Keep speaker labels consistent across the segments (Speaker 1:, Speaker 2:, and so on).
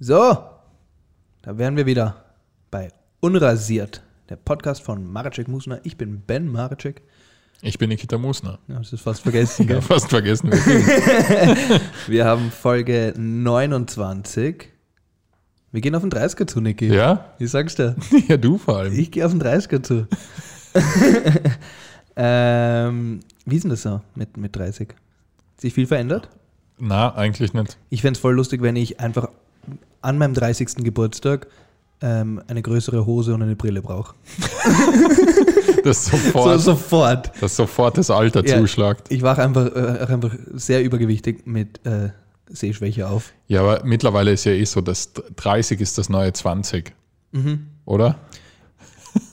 Speaker 1: So, da wären wir wieder bei Unrasiert, der Podcast von Maracek Musner. Ich bin Ben Maracek.
Speaker 2: Ich bin Nikita Musner.
Speaker 1: Ja, das ist fast vergessen.
Speaker 2: Ja,
Speaker 1: gell?
Speaker 2: fast vergessen. Wir
Speaker 1: Wir haben Folge 29. Wir gehen auf den 30er zu, Niki.
Speaker 2: ja?
Speaker 1: Wie sagst du?
Speaker 2: Ja, du vor allem.
Speaker 1: Ich gehe auf den 30er zu. ähm, wie ist denn das so mit, mit 30? Hat sich viel verändert?
Speaker 2: Na, eigentlich nicht.
Speaker 1: Ich fände es voll lustig, wenn ich einfach an meinem 30. Geburtstag ähm, eine größere Hose und eine Brille brauche.
Speaker 2: Das
Speaker 1: So,
Speaker 2: sofort,
Speaker 1: sofort.
Speaker 2: das sofort das Alter
Speaker 1: Ja.
Speaker 2: zuschlagt.
Speaker 1: Ich wache einfach, äh, auch einfach sehr übergewichtig mit äh, Sehschwäche auf.
Speaker 2: Ja, aber mittlerweile ist ja eh so, dass 30 ist das neue 20.
Speaker 1: Mhm.
Speaker 2: Oder?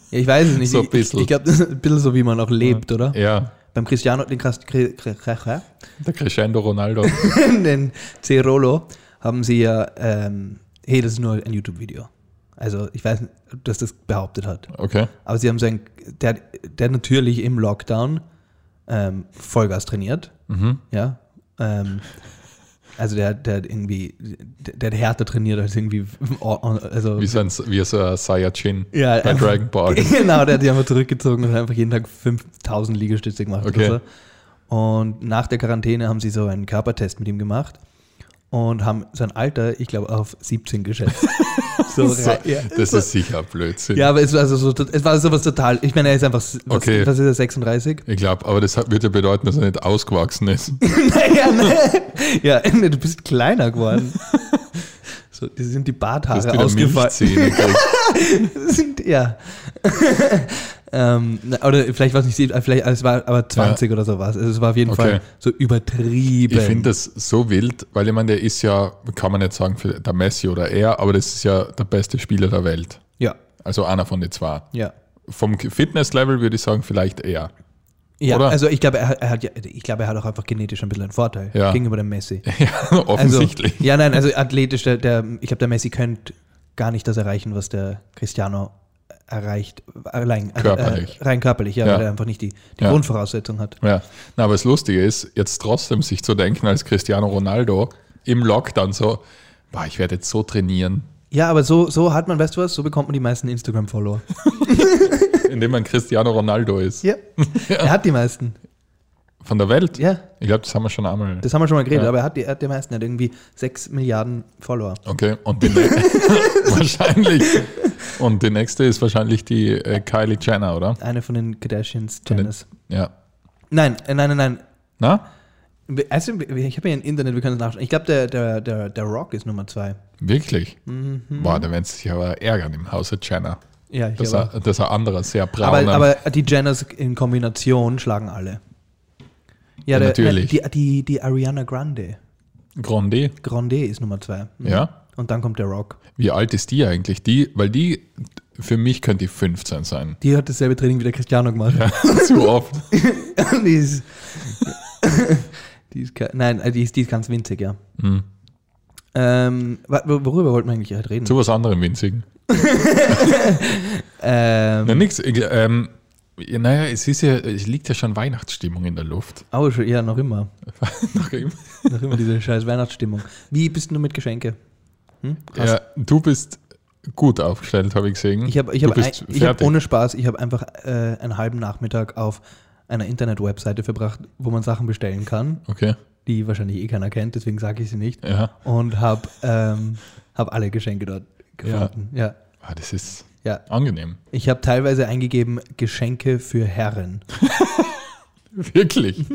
Speaker 1: Ja, ich weiß es nicht.
Speaker 2: So ein
Speaker 1: Ich- ich
Speaker 2: bisschen.
Speaker 1: ich glaube, das ist ein bisschen so, wie man auch lebt, oder?
Speaker 2: Ja,
Speaker 1: Beim Cristiano, den, Kras- Cre- Cre- Cre-
Speaker 2: der Crescendo Ronaldo.
Speaker 1: Cre- den Cerolo, haben sie ja, ähm, hey, das ist nur ein YouTube-Video. Also ich weiß nicht, dass das behauptet hat.
Speaker 2: Okay.
Speaker 1: Aber sie haben sein, der, der hat natürlich im Lockdown ähm, Vollgas trainiert.
Speaker 2: Mhm.
Speaker 1: Ja. Ähm, also der, der hat irgendwie, der, der hat härter trainiert als irgendwie, äh, also
Speaker 2: Wie so ein, wie so ein Saiyajin
Speaker 1: Ja,
Speaker 2: bei
Speaker 1: einfach-
Speaker 2: Dragon Ball.
Speaker 1: genau, der hat die einfach zurückgezogen und hat einfach jeden Tag 5000 Liegestütze gemacht.
Speaker 2: Okay.
Speaker 1: Oder so. Und nach der Quarantäne haben sie so einen Körpertest mit ihm gemacht und haben sein Alter, ich glaube, auf 17 geschätzt. so,
Speaker 2: So,
Speaker 1: rei- ja.
Speaker 2: das ist sicher Blödsinn.
Speaker 1: ja, aber es war, also so, es war sowas total. Ich meine, er ist einfach. s- Was,
Speaker 2: Okay.
Speaker 1: was ist er, 36?
Speaker 2: Ich glaube, aber das hat- würde bedeuten, dass er nicht ausgewachsen ist.
Speaker 1: naja, ne? Ja, ne, du bist kleiner geworden. So, die sind die
Speaker 2: Dass die
Speaker 1: Barthaare
Speaker 2: da
Speaker 1: ausgefallen.
Speaker 2: Milchzähne kriegt.
Speaker 1: sind, ja. ähm, na, oder vielleicht war es nicht sieben, äh, vielleicht, es war aber 20 oder sowas. Also es war auf jeden
Speaker 2: Okay.
Speaker 1: Fall so übertrieben.
Speaker 2: Ich finde das so wild, weil ich meine, der ist ja, kann man nicht sagen, für der Messi oder er, aber das ist ja der beste Spieler der Welt.
Speaker 1: ja,
Speaker 2: Also einer von den zwei.
Speaker 1: ja.
Speaker 2: Vom Fitness-Level würde ich sagen, vielleicht er.
Speaker 1: Ja,
Speaker 2: Oder?
Speaker 1: also ich glaube, er hat, er hat ja, ich glaube, er hat auch einfach genetisch ein bisschen einen Vorteil
Speaker 2: Ja.
Speaker 1: gegenüber dem Messi.
Speaker 2: Ja,
Speaker 1: Also,
Speaker 2: offensichtlich.
Speaker 1: ja, nein, also athletisch, der, der, ich glaube, der Messi könnte gar nicht das erreichen, was der Cristiano erreicht, allein
Speaker 2: Körperlich.
Speaker 1: Äh, rein körperlich, ja,
Speaker 2: Ja.
Speaker 1: weil er einfach nicht die, die
Speaker 2: Ja.
Speaker 1: Grundvoraussetzung hat.
Speaker 2: ja. Na, aber das Lustige ist, jetzt trotzdem sich zu denken als Cristiano Ronaldo im Lockdown so, boah, ich werde jetzt so trainieren,
Speaker 1: Ja, aber so, so hat man, weißt du was, so bekommt man die meisten Instagram-Follower.
Speaker 2: indem man Cristiano Ronaldo ist.
Speaker 1: Ja. Er hat die meisten.
Speaker 2: Von der Welt.
Speaker 1: Ja,
Speaker 2: Ich glaube, das haben wir schon einmal.
Speaker 1: das haben wir schon mal geredet,
Speaker 2: Ja.
Speaker 1: aber er hat, die, er hat die meisten, er hat irgendwie 6 Milliarden Follower.
Speaker 2: Okay, und die nä- wahrscheinlich. Und die nächste ist wahrscheinlich die äh, Kylie Jenner, oder?
Speaker 1: Eine von den Kardashians, Janice.
Speaker 2: Ja.
Speaker 1: Nein, äh, nein, nein,
Speaker 2: Na?
Speaker 1: nein. Also, ich habe hier ein Internet, wir können es nachschauen. Ich glaube, der, der, der, der Rock ist Nummer 2.
Speaker 2: Wirklich? Boah, da werden sie sich aber ärgern im Hause Jenner.
Speaker 1: Ja, Mhm. ich
Speaker 2: Das
Speaker 1: glaube.
Speaker 2: ist das ist ein anderer, sehr brauner.
Speaker 1: Aber, aber die Jenners in Kombination schlagen alle. Ja,
Speaker 2: Ja,
Speaker 1: der,
Speaker 2: natürlich.
Speaker 1: Die, die, die Ariana Grande.
Speaker 2: Grande,
Speaker 1: Grande ist Nummer 2.
Speaker 2: ja.
Speaker 1: Und dann kommt der Rock.
Speaker 2: Wie alt ist die eigentlich? Die, weil die, für mich könnte die 15 sein.
Speaker 1: Die hat dasselbe Training wie der Cristiano gemacht.
Speaker 2: Zu oft.
Speaker 1: die ist. die ist ke- nein, äh, die ist, die ist ganz winzig, ja. Ähm, wa- wo- worüber wollten wir eigentlich heute reden?
Speaker 2: Hm. Zu was anderem winzigen.
Speaker 1: Ähm, Mhm.
Speaker 2: Na, nix. Ich, ähm, ja, naja, es, ist ja, es liegt ja schon Weihnachtsstimmung in der Luft.
Speaker 1: oh, schon- ja, noch immer.
Speaker 2: Nach ihm.
Speaker 1: Noch immer diese scheiß Weihnachtsstimmung. Wie bist du mit Geschenke? Hm? Hast-
Speaker 2: ja, du bist gut aufgestellt, habe ich gesehen.
Speaker 1: Ich habe ich
Speaker 2: Du
Speaker 1: hab ein-
Speaker 2: bist
Speaker 1: ich hab
Speaker 2: fertig.
Speaker 1: ohne Spaß, ich habe einfach äh, einen halben Nachmittag auf einer Internet-Webseite verbracht, wo man Sachen bestellen kann,
Speaker 2: Okay,
Speaker 1: die wahrscheinlich eh keiner kennt, deswegen sage ich sie nicht.
Speaker 2: ja.
Speaker 1: Und habe ähm, hab alle Geschenke dort
Speaker 2: Ja.
Speaker 1: gefunden. Ja,
Speaker 2: Ah, das ist
Speaker 1: ja.
Speaker 2: angenehm.
Speaker 1: Ich habe teilweise eingegeben Geschenke für Herren.
Speaker 2: Wirklich.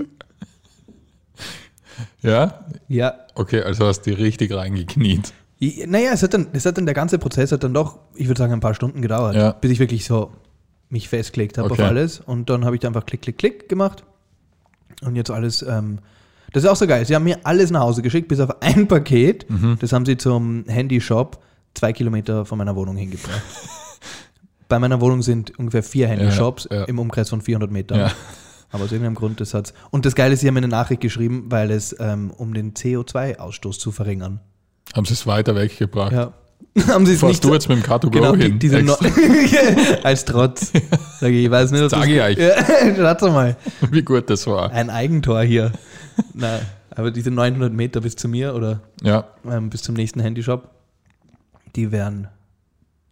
Speaker 2: ja,
Speaker 1: Ja.
Speaker 2: okay, also hast du richtig reingekniet.
Speaker 1: I- Naja, es hat dann, es hat dann der ganze Prozess hat dann doch, ich würde sagen, ein paar Stunden gedauert,
Speaker 2: Ja.
Speaker 1: bis ich wirklich so mich festgelegt habe
Speaker 2: Okay.
Speaker 1: auf alles. Und dann habe ich da einfach klick, klick, klick gemacht. Und jetzt alles, ähm, das ist auch so geil. Sie haben mir alles nach Hause geschickt, bis auf ein Paket.
Speaker 2: Mhm.
Speaker 1: Das haben sie zum Handyshop zwei Kilometer von meiner Wohnung hingebracht. Bei meiner Wohnung sind ungefähr vier Handyshops
Speaker 2: ja.
Speaker 1: im Umkreis von 400 Metern.
Speaker 2: Ja.
Speaker 1: Aber aus irgendeinem Grund, das hat's. Und das Geile ist, sie haben mir eine Nachricht geschrieben, weil es ähm, um den CO2-Ausstoß zu verringern.
Speaker 2: Haben sie es weiter weggebracht.
Speaker 1: Ja. Haben sie es
Speaker 2: Fährst
Speaker 1: nicht
Speaker 2: du jetzt mit dem Car to Go
Speaker 1: genau, die,
Speaker 2: hin?
Speaker 1: diese
Speaker 2: extra?
Speaker 1: Neu- als Trotz. Sag ich, ich weiß nicht, ob
Speaker 2: Sag ich euch,
Speaker 1: das- Warte mal,
Speaker 2: wie gut das war.
Speaker 1: ein Eigentor hier. Na, aber diese 900 Meter bis zu mir oder
Speaker 2: Ja,
Speaker 1: ähm, bis zum nächsten Handyshop, die wären,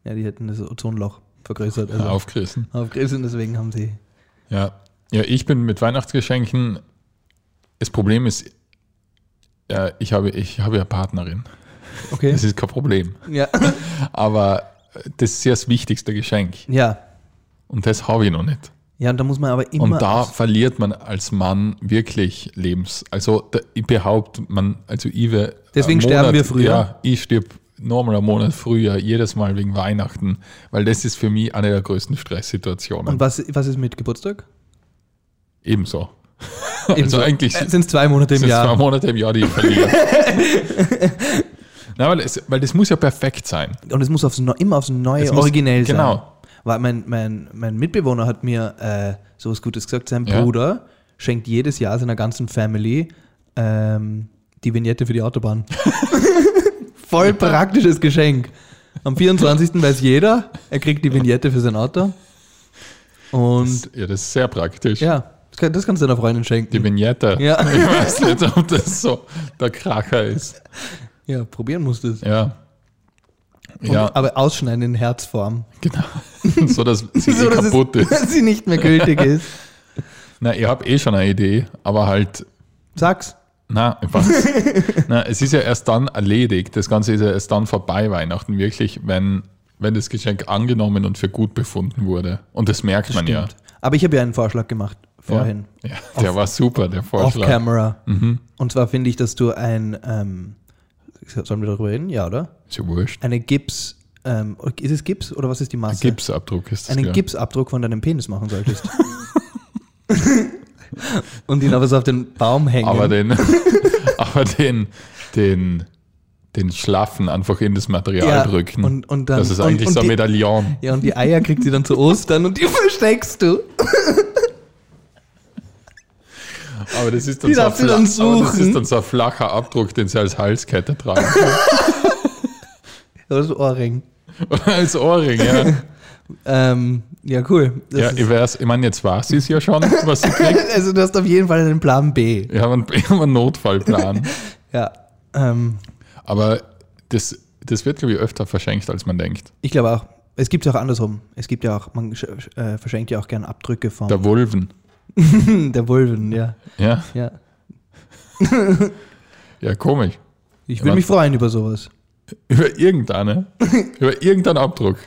Speaker 1: ja, die hätten das Ozonloch vergrößert. Also
Speaker 2: Aufgerissen.
Speaker 1: aufgerissen, deswegen haben sie.
Speaker 2: Ja. ja, ich bin mit Weihnachtsgeschenken. Das Problem ist, ja, ich habe, ich habe ja Partnerin.
Speaker 1: Okay.
Speaker 2: Das ist kein Problem.
Speaker 1: Ja.
Speaker 2: Aber das ist ja das wichtigste Geschenk.
Speaker 1: ja.
Speaker 2: Und das habe ich noch nicht.
Speaker 1: Ja, und da muss man aber immer.
Speaker 2: Und da verliert man als Mann wirklich Lebens. Also da, ich behaupte, man, also ich wär-
Speaker 1: Deswegen
Speaker 2: einen
Speaker 1: sterben wir früher.
Speaker 2: Ja, ich stirb normal einen Monat früher, jedes Mal wegen Weihnachten, weil das ist für mich eine der größten Stresssituationen.
Speaker 1: und was, was ist mit Geburtstag?
Speaker 2: Ebenso. Also
Speaker 1: Ebenso.
Speaker 2: eigentlich-
Speaker 1: Äh, sind es zwei Monate im
Speaker 2: Das sind zwei
Speaker 1: Jahr.
Speaker 2: Monate im Jahr, die ich verliere. Nein, weil, es, weil das muss ja perfekt sein.
Speaker 1: Und es muss aufs, Neu- immer aufs Neue
Speaker 2: Es muss-
Speaker 1: originell sein.
Speaker 2: genau.
Speaker 1: Weil mein, mein, mein Mitbewohner hat mir äh, sowas Gutes gesagt. Sein
Speaker 2: Ja.
Speaker 1: Bruder schenkt jedes Jahr seiner ganzen Family ähm, die Vignette für die Autobahn. Voll praktisches Geschenk. Am 24. weiß jeder, er kriegt die Vignette für sein Auto. Und
Speaker 2: ja, das ist sehr praktisch.
Speaker 1: ja, das, kann, das kannst du deiner Freundin schenken.
Speaker 2: Die Vignette.
Speaker 1: Ja.
Speaker 2: Ich weiß nicht, ob das so der Kracher ist.
Speaker 1: ja, probieren musst du es.
Speaker 2: Ja.
Speaker 1: Und- Aber ausschneiden in Herzform.
Speaker 2: Genau. so dass sie eh
Speaker 1: So, dass es-
Speaker 2: kaputt ist.
Speaker 1: dass sie nicht mehr gültig ist.
Speaker 2: Na, ich habe eh schon eine Idee, aber halt,
Speaker 1: Sag's.
Speaker 2: na, was? na, es ist ja erst dann erledigt. Das Ganze ist ja erst dann vorbei, Weihnachten, wirklich, wenn, wenn das Geschenk angenommen und für gut befunden wurde. Und das merkt man ja.
Speaker 1: Aber ich habe ja einen Vorschlag gemacht vorhin.
Speaker 2: Ja, ja der war super, der
Speaker 1: Off
Speaker 2: Vorschlag.
Speaker 1: Camera.
Speaker 2: Mhm.
Speaker 1: Und zwar finde ich, dass du ein, ähm, sollen wir darüber reden? Ja, oder?
Speaker 2: Ist ja wurscht.
Speaker 1: Eine Gips, ähm, ist es Gips oder was ist die Masse?
Speaker 2: Gipsabdruck ist das.
Speaker 1: Einen
Speaker 2: ja.
Speaker 1: Gipsabdruck von deinem Penis machen solltest. Und ihn aber so auf den Baum hängen.
Speaker 2: Aber den, aber den, den, den Schlaffen einfach in das Material
Speaker 1: Ja,
Speaker 2: drücken.
Speaker 1: und- und dann-
Speaker 2: das ist
Speaker 1: und-
Speaker 2: eigentlich
Speaker 1: und
Speaker 2: so ein
Speaker 1: die-
Speaker 2: Medaillon.
Speaker 1: ja, und die Eier kriegt sie dann zu Ostern und die versteckst du.
Speaker 2: Aber das ist dann,
Speaker 1: Die
Speaker 2: so ein,
Speaker 1: darf sie dann
Speaker 2: fla- aber das
Speaker 1: suchen.
Speaker 2: ist dann so ein flacher Abdruck, den sie als Halskette tragen.
Speaker 1: Das ist ein Ohrring.
Speaker 2: Oder als Ohrring, ja.
Speaker 1: Ähm, ja, cool. Das
Speaker 2: ja
Speaker 1: ist-
Speaker 2: ich, weiß, ich meine, jetzt weiß sie es ja schon, was sie kriegt.
Speaker 1: also du hast auf jeden Fall einen Plan B.
Speaker 2: Wir haben einen, wir haben einen Notfallplan.
Speaker 1: Ja. Ähm,
Speaker 2: Aber das, das wird, glaube ich, öfter verschenkt, als man denkt.
Speaker 1: ich glaube auch, es gibt ja auch andersrum. Es gibt ja auch, man sch- sch- äh, verschenkt ja auch gern Abdrücke von
Speaker 2: Der Wulven.
Speaker 1: Hm, der Vulven, ja.
Speaker 2: Ja,
Speaker 1: ja.
Speaker 2: ja, komisch.
Speaker 1: Ich würde
Speaker 2: Ja,
Speaker 1: mich freuen über sowas.
Speaker 2: Über irgendeine, über irgendeinen Abdruck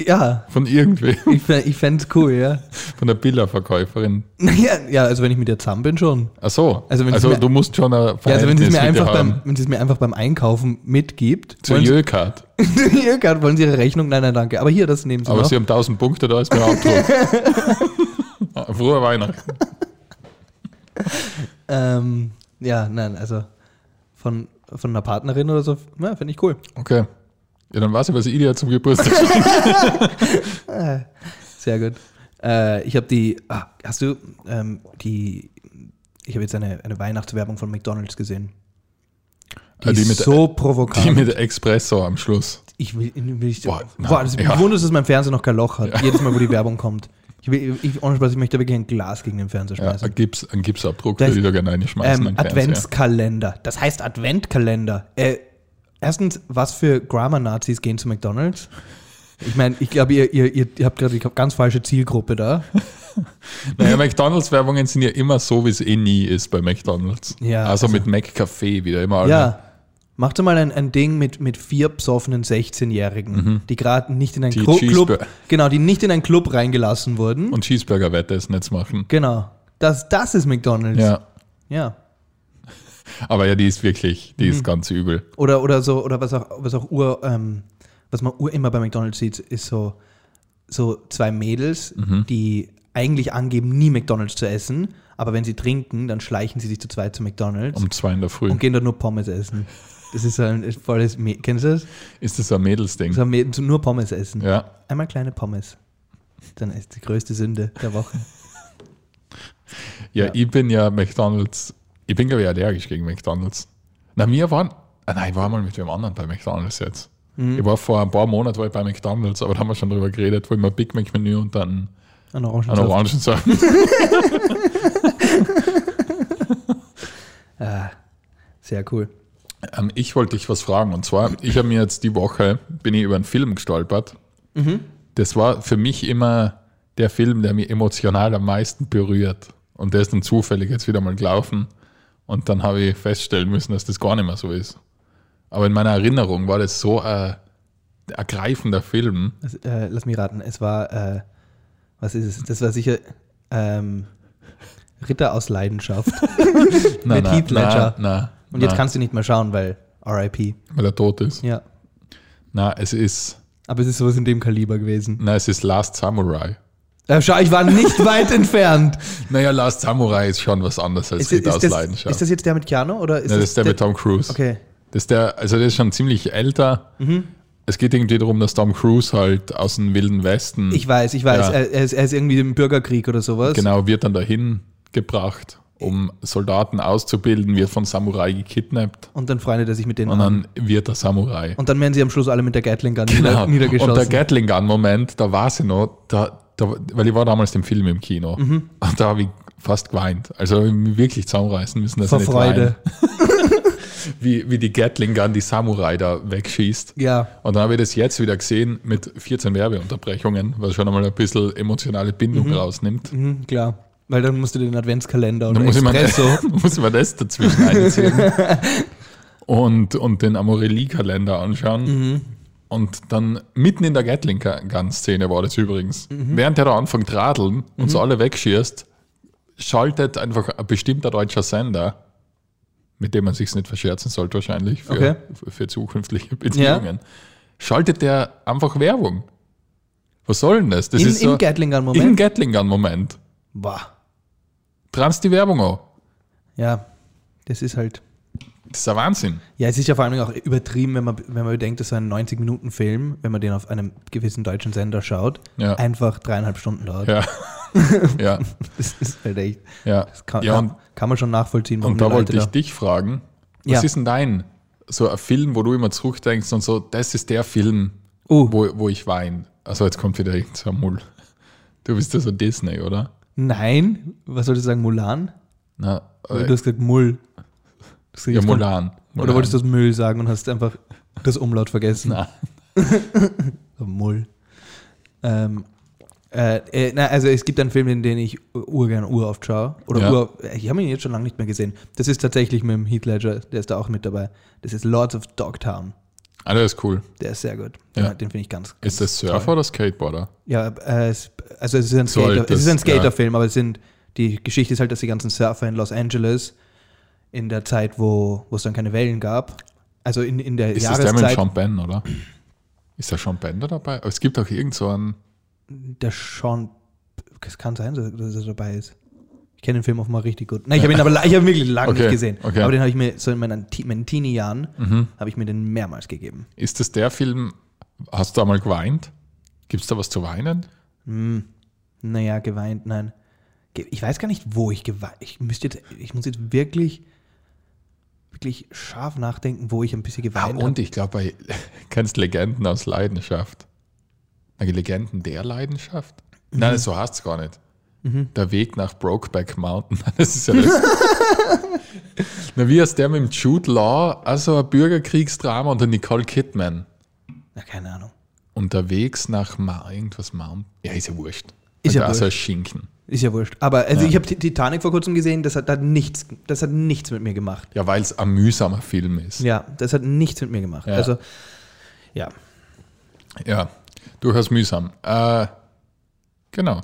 Speaker 1: Ja,
Speaker 2: von irgendwem,
Speaker 1: ich, fä- ich fände es cool, ja.
Speaker 2: von der Bilderverkäuferin.
Speaker 1: Naja, ja, also wenn ich mit der zusammen bin schon.
Speaker 2: Ach so.
Speaker 1: Also
Speaker 2: Also,
Speaker 1: wenn sie mir-
Speaker 2: du musst schon ein
Speaker 1: Ja, also wenn sie es mir
Speaker 2: Verhältnis mit ihr
Speaker 1: einfach
Speaker 2: haben.
Speaker 1: beim, wenn sie es mir einfach beim Einkaufen mitgibt,
Speaker 2: Zur
Speaker 1: wollen sie,
Speaker 2: Jökart.
Speaker 1: Ihr Gott, wollen sie ihre Rechnung? Nein, nein, danke. Aber hier, das nehmen sie
Speaker 2: Aber
Speaker 1: noch.
Speaker 2: sie haben 1000 Punkte, da ist mir Abdruck. Frohe Weihnachten.
Speaker 1: ähm, ja, nein, also von, von einer Partnerin oder so, ja, finde ich cool.
Speaker 2: Okay. Ja, dann weiß ich, was ich dir zum Geburtstag schenke.
Speaker 1: Sehr gut. Äh, ich habe die, ah, hast du ähm, die, ich habe jetzt eine, eine Weihnachtswerbung von McDonalds gesehen. Die,
Speaker 2: Ah, die
Speaker 1: ist
Speaker 2: mit-
Speaker 1: so provokant.
Speaker 2: Die mit Espresso am Schluss.
Speaker 1: ich will, will ich,
Speaker 2: Boah,
Speaker 1: boah,
Speaker 2: na,
Speaker 1: das,
Speaker 2: ja.
Speaker 1: Ich wundere, dass mein Fernseher noch kein Loch hat, jedes Mal, wo die Werbung kommt. Ich, will, ich, ohne Spaß, ich möchte wirklich ein Glas gegen den Fernseher
Speaker 2: Ja,
Speaker 1: schmeißen.
Speaker 2: ein, Gips, ein Gipsabdruck
Speaker 1: Also. Das-
Speaker 2: würde ich da gerne reinschmeißen.
Speaker 1: ähm,
Speaker 2: an den Fernseher.
Speaker 1: Adventskalender. Das heißt Adventkalender. Äh, erstens, was für Grammar-Nazis gehen zu McDonalds? Ich meine, ich glaube, ihr, ihr, ihr habt gerade die ganz falsche Zielgruppe da.
Speaker 2: Naja, McDonalds-Werbungen sind ja immer so, wie es eh nie ist bei McDonalds.
Speaker 1: Ja,
Speaker 2: also,
Speaker 1: also-
Speaker 2: mit McCafé wieder immer. alle.
Speaker 1: Ja. Mach doch mal ein, ein Ding mit, mit vier besoffenen 16-Jährigen, die gerade nicht in einen
Speaker 2: Mhm. Die
Speaker 1: Clu-
Speaker 2: Cheeseburger.
Speaker 1: Club, genau, die nicht in einen Club reingelassen wurden.
Speaker 2: Und Cheeseburger-Wette ist nicht zu machen.
Speaker 1: genau. Das, das ist McDonalds.
Speaker 2: Ja.
Speaker 1: Ja.
Speaker 2: Aber ja, die ist wirklich,
Speaker 1: Mhm.
Speaker 2: die ist ganz übel.
Speaker 1: Oder, oder so, oder was auch, was auch Ur, ähm, was man Ur immer bei McDonalds sieht, ist so, so zwei Mädels,
Speaker 2: Mhm.
Speaker 1: die eigentlich angeben, nie McDonalds zu essen, aber wenn sie trinken, dann schleichen sie sich zu zweit zu McDonalds
Speaker 2: Um zwei in der Früh.
Speaker 1: und gehen dort nur Pommes essen. Das ist so ein volles, Mä- kennst du das?
Speaker 2: Ist das ein Mädelsding?
Speaker 1: So ein Mä- nur Pommes essen.
Speaker 2: Ja.
Speaker 1: Einmal kleine Pommes. Dann ist die größte Sünde der Woche.
Speaker 2: ja. ich bin ja McDonalds. Ich bin, glaube ich, allergisch gegen McDonalds. Na, mir waren. Ah, nein, ich war mal mit wem anderen bei McDonalds jetzt. Ich war vor ein paar Monaten war ich bei McDonalds, aber da haben wir schon drüber geredet, wo ich mir ein Big Mac-Menü und dann
Speaker 1: An
Speaker 2: einen
Speaker 1: Orangensaft.
Speaker 2: Orangensaft.
Speaker 1: Ah, sehr cool.
Speaker 2: Ähm, ich wollte dich was fragen. Und zwar, ich habe mir jetzt die Woche, bin ich über einen Film gestolpert.
Speaker 1: Mhm.
Speaker 2: Das war für mich immer der Film, der mich emotional am meisten berührt. Und der ist dann zufällig jetzt wieder mal gelaufen. Und dann habe ich feststellen müssen, dass das gar nicht mehr so ist. Aber in meiner Erinnerung war das so ein ergreifender Film.
Speaker 1: Das, äh, lass mich raten, es war, äh, was ist es? Das war sicher ähm, Ritter aus Leidenschaft.
Speaker 2: Nein,
Speaker 1: Mit Heath Ledger.
Speaker 2: Nein, nein,
Speaker 1: Und jetzt kannst du nicht mehr schauen, weil RIP.
Speaker 2: Weil er tot ist.
Speaker 1: Ja.
Speaker 2: Na, es ist,
Speaker 1: Aber es ist sowas in dem Kaliber gewesen.
Speaker 2: na, es ist Last Samurai.
Speaker 1: Äh, schau, ich war nicht weit entfernt.
Speaker 2: Naja, Last Samurai ist schon was anderes als Ritter aus
Speaker 1: das,
Speaker 2: Leidenschaft.
Speaker 1: ist das jetzt der mit Keanu? Oder ist
Speaker 2: Na, das ist der mit Tom Cruise.
Speaker 1: Okay.
Speaker 2: Das ist der, also der ist schon ziemlich älter.
Speaker 1: Mhm.
Speaker 2: Es geht irgendwie darum, dass Tom Cruise halt aus dem Wilden Westen,
Speaker 1: Ich weiß, ich weiß.
Speaker 2: Ja.
Speaker 1: Er, er, ist, er ist irgendwie im Bürgerkrieg oder sowas.
Speaker 2: genau, wird dann dahin gebracht, um Soldaten auszubilden, wird von Samurai gekidnappt
Speaker 1: Und dann freundet er sich mit denen
Speaker 2: und
Speaker 1: an.
Speaker 2: dann wird er Samurai.
Speaker 1: Und dann werden sie am Schluss alle mit der Gatling Gun nieder, niedergeschossen.
Speaker 2: Genau. Und der Gatling Gun Moment, da war sie noch, da, da, weil ich war damals dem Film im Kino
Speaker 1: Mhm.
Speaker 2: und da habe ich fast geweint. Also hab ich mich wirklich zusammenreißen müssen, dass
Speaker 1: Vor
Speaker 2: ich nicht
Speaker 1: Freude.
Speaker 2: wein. Wie, wie die Gatling Gun die Samurai da wegschießt.
Speaker 1: Ja.
Speaker 2: Und dann habe ich das jetzt wieder gesehen mit 14 Werbeunterbrechungen, was schon einmal ein bisschen emotionale Bindung rausnimmt.
Speaker 1: Mhm, klar. Weil dann musst du den Adventskalender oder
Speaker 2: Dann muss ich, mal,
Speaker 1: Espresso.
Speaker 2: muss ich mal das dazwischen einziehen. und, und den Amorelli-Kalender anschauen.
Speaker 1: Mhm.
Speaker 2: Und dann mitten in der Gatling-Gun-Szene war das übrigens.
Speaker 1: Mhm.
Speaker 2: Während er da anfängt radeln und so alle wegschießt, schaltet einfach ein bestimmter deutscher Sender, mit dem man sich nicht verscherzen sollte wahrscheinlich für,
Speaker 1: Okay.
Speaker 2: für- für zukünftige Beziehungen, schaltet der einfach Werbung. Was soll denn das? Das
Speaker 1: In,
Speaker 2: ist so,
Speaker 1: Im Gatling Gun
Speaker 2: im
Speaker 1: Moment.
Speaker 2: Gatling Gun Moment.
Speaker 1: Boah.
Speaker 2: Trans die Werbung an.
Speaker 1: Ja. Das ist halt.
Speaker 2: Das ist ein Wahnsinn.
Speaker 1: Ja, es ist ja vor allem auch übertrieben, wenn man, wenn man bedenkt, dass so ein 90-Minuten-Film, wenn man den auf einem gewissen deutschen Sender schaut,
Speaker 2: Ja.
Speaker 1: einfach dreieinhalb Stunden dauert.
Speaker 2: Ja. ja.
Speaker 1: Das ist halt echt.
Speaker 2: Ja.
Speaker 1: Das kann,
Speaker 2: ja, und,
Speaker 1: kann man schon nachvollziehen,
Speaker 2: und
Speaker 1: die
Speaker 2: da wollte
Speaker 1: Leute
Speaker 2: ich dich fragen, was
Speaker 1: Ja.
Speaker 2: ist denn dein, so ein Film, wo du immer zurückdenkst und so, das ist der Film,
Speaker 1: Oh.
Speaker 2: wo, wo ich weine. Also jetzt kommt wieder irgend so ein Mull. Du bist ja so Disney, oder?
Speaker 1: Nein, was solltest du sagen, Mulan?
Speaker 2: Na,
Speaker 1: Oder du
Speaker 2: äh,
Speaker 1: hast gesagt Mull. Du hast gesagt,
Speaker 2: ja,
Speaker 1: jetzt kommt-
Speaker 2: Mulan. Mulan.
Speaker 1: Oder wolltest du das Müll sagen und hast einfach das Umlaut vergessen?
Speaker 2: Nein.
Speaker 1: So, Mull. Ähm, äh, äh, na, also es gibt einen Film, in den ich urgern uroft schaue. Oder
Speaker 2: Ja.
Speaker 1: ur, äh, ich habe ihn jetzt schon lange nicht mehr gesehen. Das ist tatsächlich mit dem Heath Ledger, der ist da auch mit dabei. Das ist Lords of Dogtown.
Speaker 2: Ah, das ist cool.
Speaker 1: Der ist sehr gut. Den,
Speaker 2: Ja.
Speaker 1: den finde ich ganz, ganz
Speaker 2: Ist das Surfer oder Skateboarder?
Speaker 1: Ja, äh, es, also es ist ein
Speaker 2: So
Speaker 1: Skater,
Speaker 2: alt
Speaker 1: es ist ein
Speaker 2: ist, ja.
Speaker 1: Skaterfilm, aber es sind die Geschichte ist halt, dass die ganzen Surfer in Los Angeles in der Zeit, wo wo es dann keine Wellen gab, also in, in der
Speaker 2: Ist das der mit
Speaker 1: Jahreszeit
Speaker 2: Sean Penn, oder? Ist der Sean Penn da dabei? Aber es gibt auch irgend so einen,
Speaker 1: der Sean, es kann sein, dass dass er dabei ist. Ich kenne den Film auch mal richtig gut. Nein, ich habe ihn aber la- ich habe ihn wirklich lange
Speaker 2: Okay,
Speaker 1: nicht gesehen.
Speaker 2: okay. Mhm.
Speaker 1: Aber den habe ich mir so in meinen, Te- meinen Teenie-Jahren habe ich mir den mehrmals gegeben.
Speaker 2: ist das der Film, hast du einmal geweint? Gibt es da was zu weinen?
Speaker 1: Naja, geweint, nein. Ge- Ich weiß gar nicht, wo ich geweint. Ich müsste jetzt, ich muss jetzt wirklich, wirklich scharf nachdenken, wo ich ein bisschen
Speaker 2: Ah,
Speaker 1: geweint
Speaker 2: und ich glaube, bei kennst Legenden aus Leidenschaft. Na, die Legenden der Leidenschaft?
Speaker 1: Mhm.
Speaker 2: Nein, so heißt es gar nicht. Der Weg nach Brokeback Mountain. Das ist ja das. Na, wie heißt der mit dem Jude Law? Also ein Bürgerkriegsdrama und der Nicole Kidman.
Speaker 1: habe. Na, keine Ahnung.
Speaker 2: Unterwegs nach Ma irgendwas Mount. Ja, ist ja wurscht.
Speaker 1: Ist ja
Speaker 2: Also
Speaker 1: wurscht.
Speaker 2: ein Schinken.
Speaker 1: Ist ja wurscht. Aber also ich habe Ti- Titanic vor kurzem gesehen, das hat, hat nichts, das hat nichts mit mir gemacht.
Speaker 2: Ja, weil es ein mühsamer Film ist. Ja.
Speaker 1: Ja, das hat nichts mit mir gemacht.
Speaker 2: Ja.
Speaker 1: Also, ja.
Speaker 2: durchaus mühsam. Äh, genau.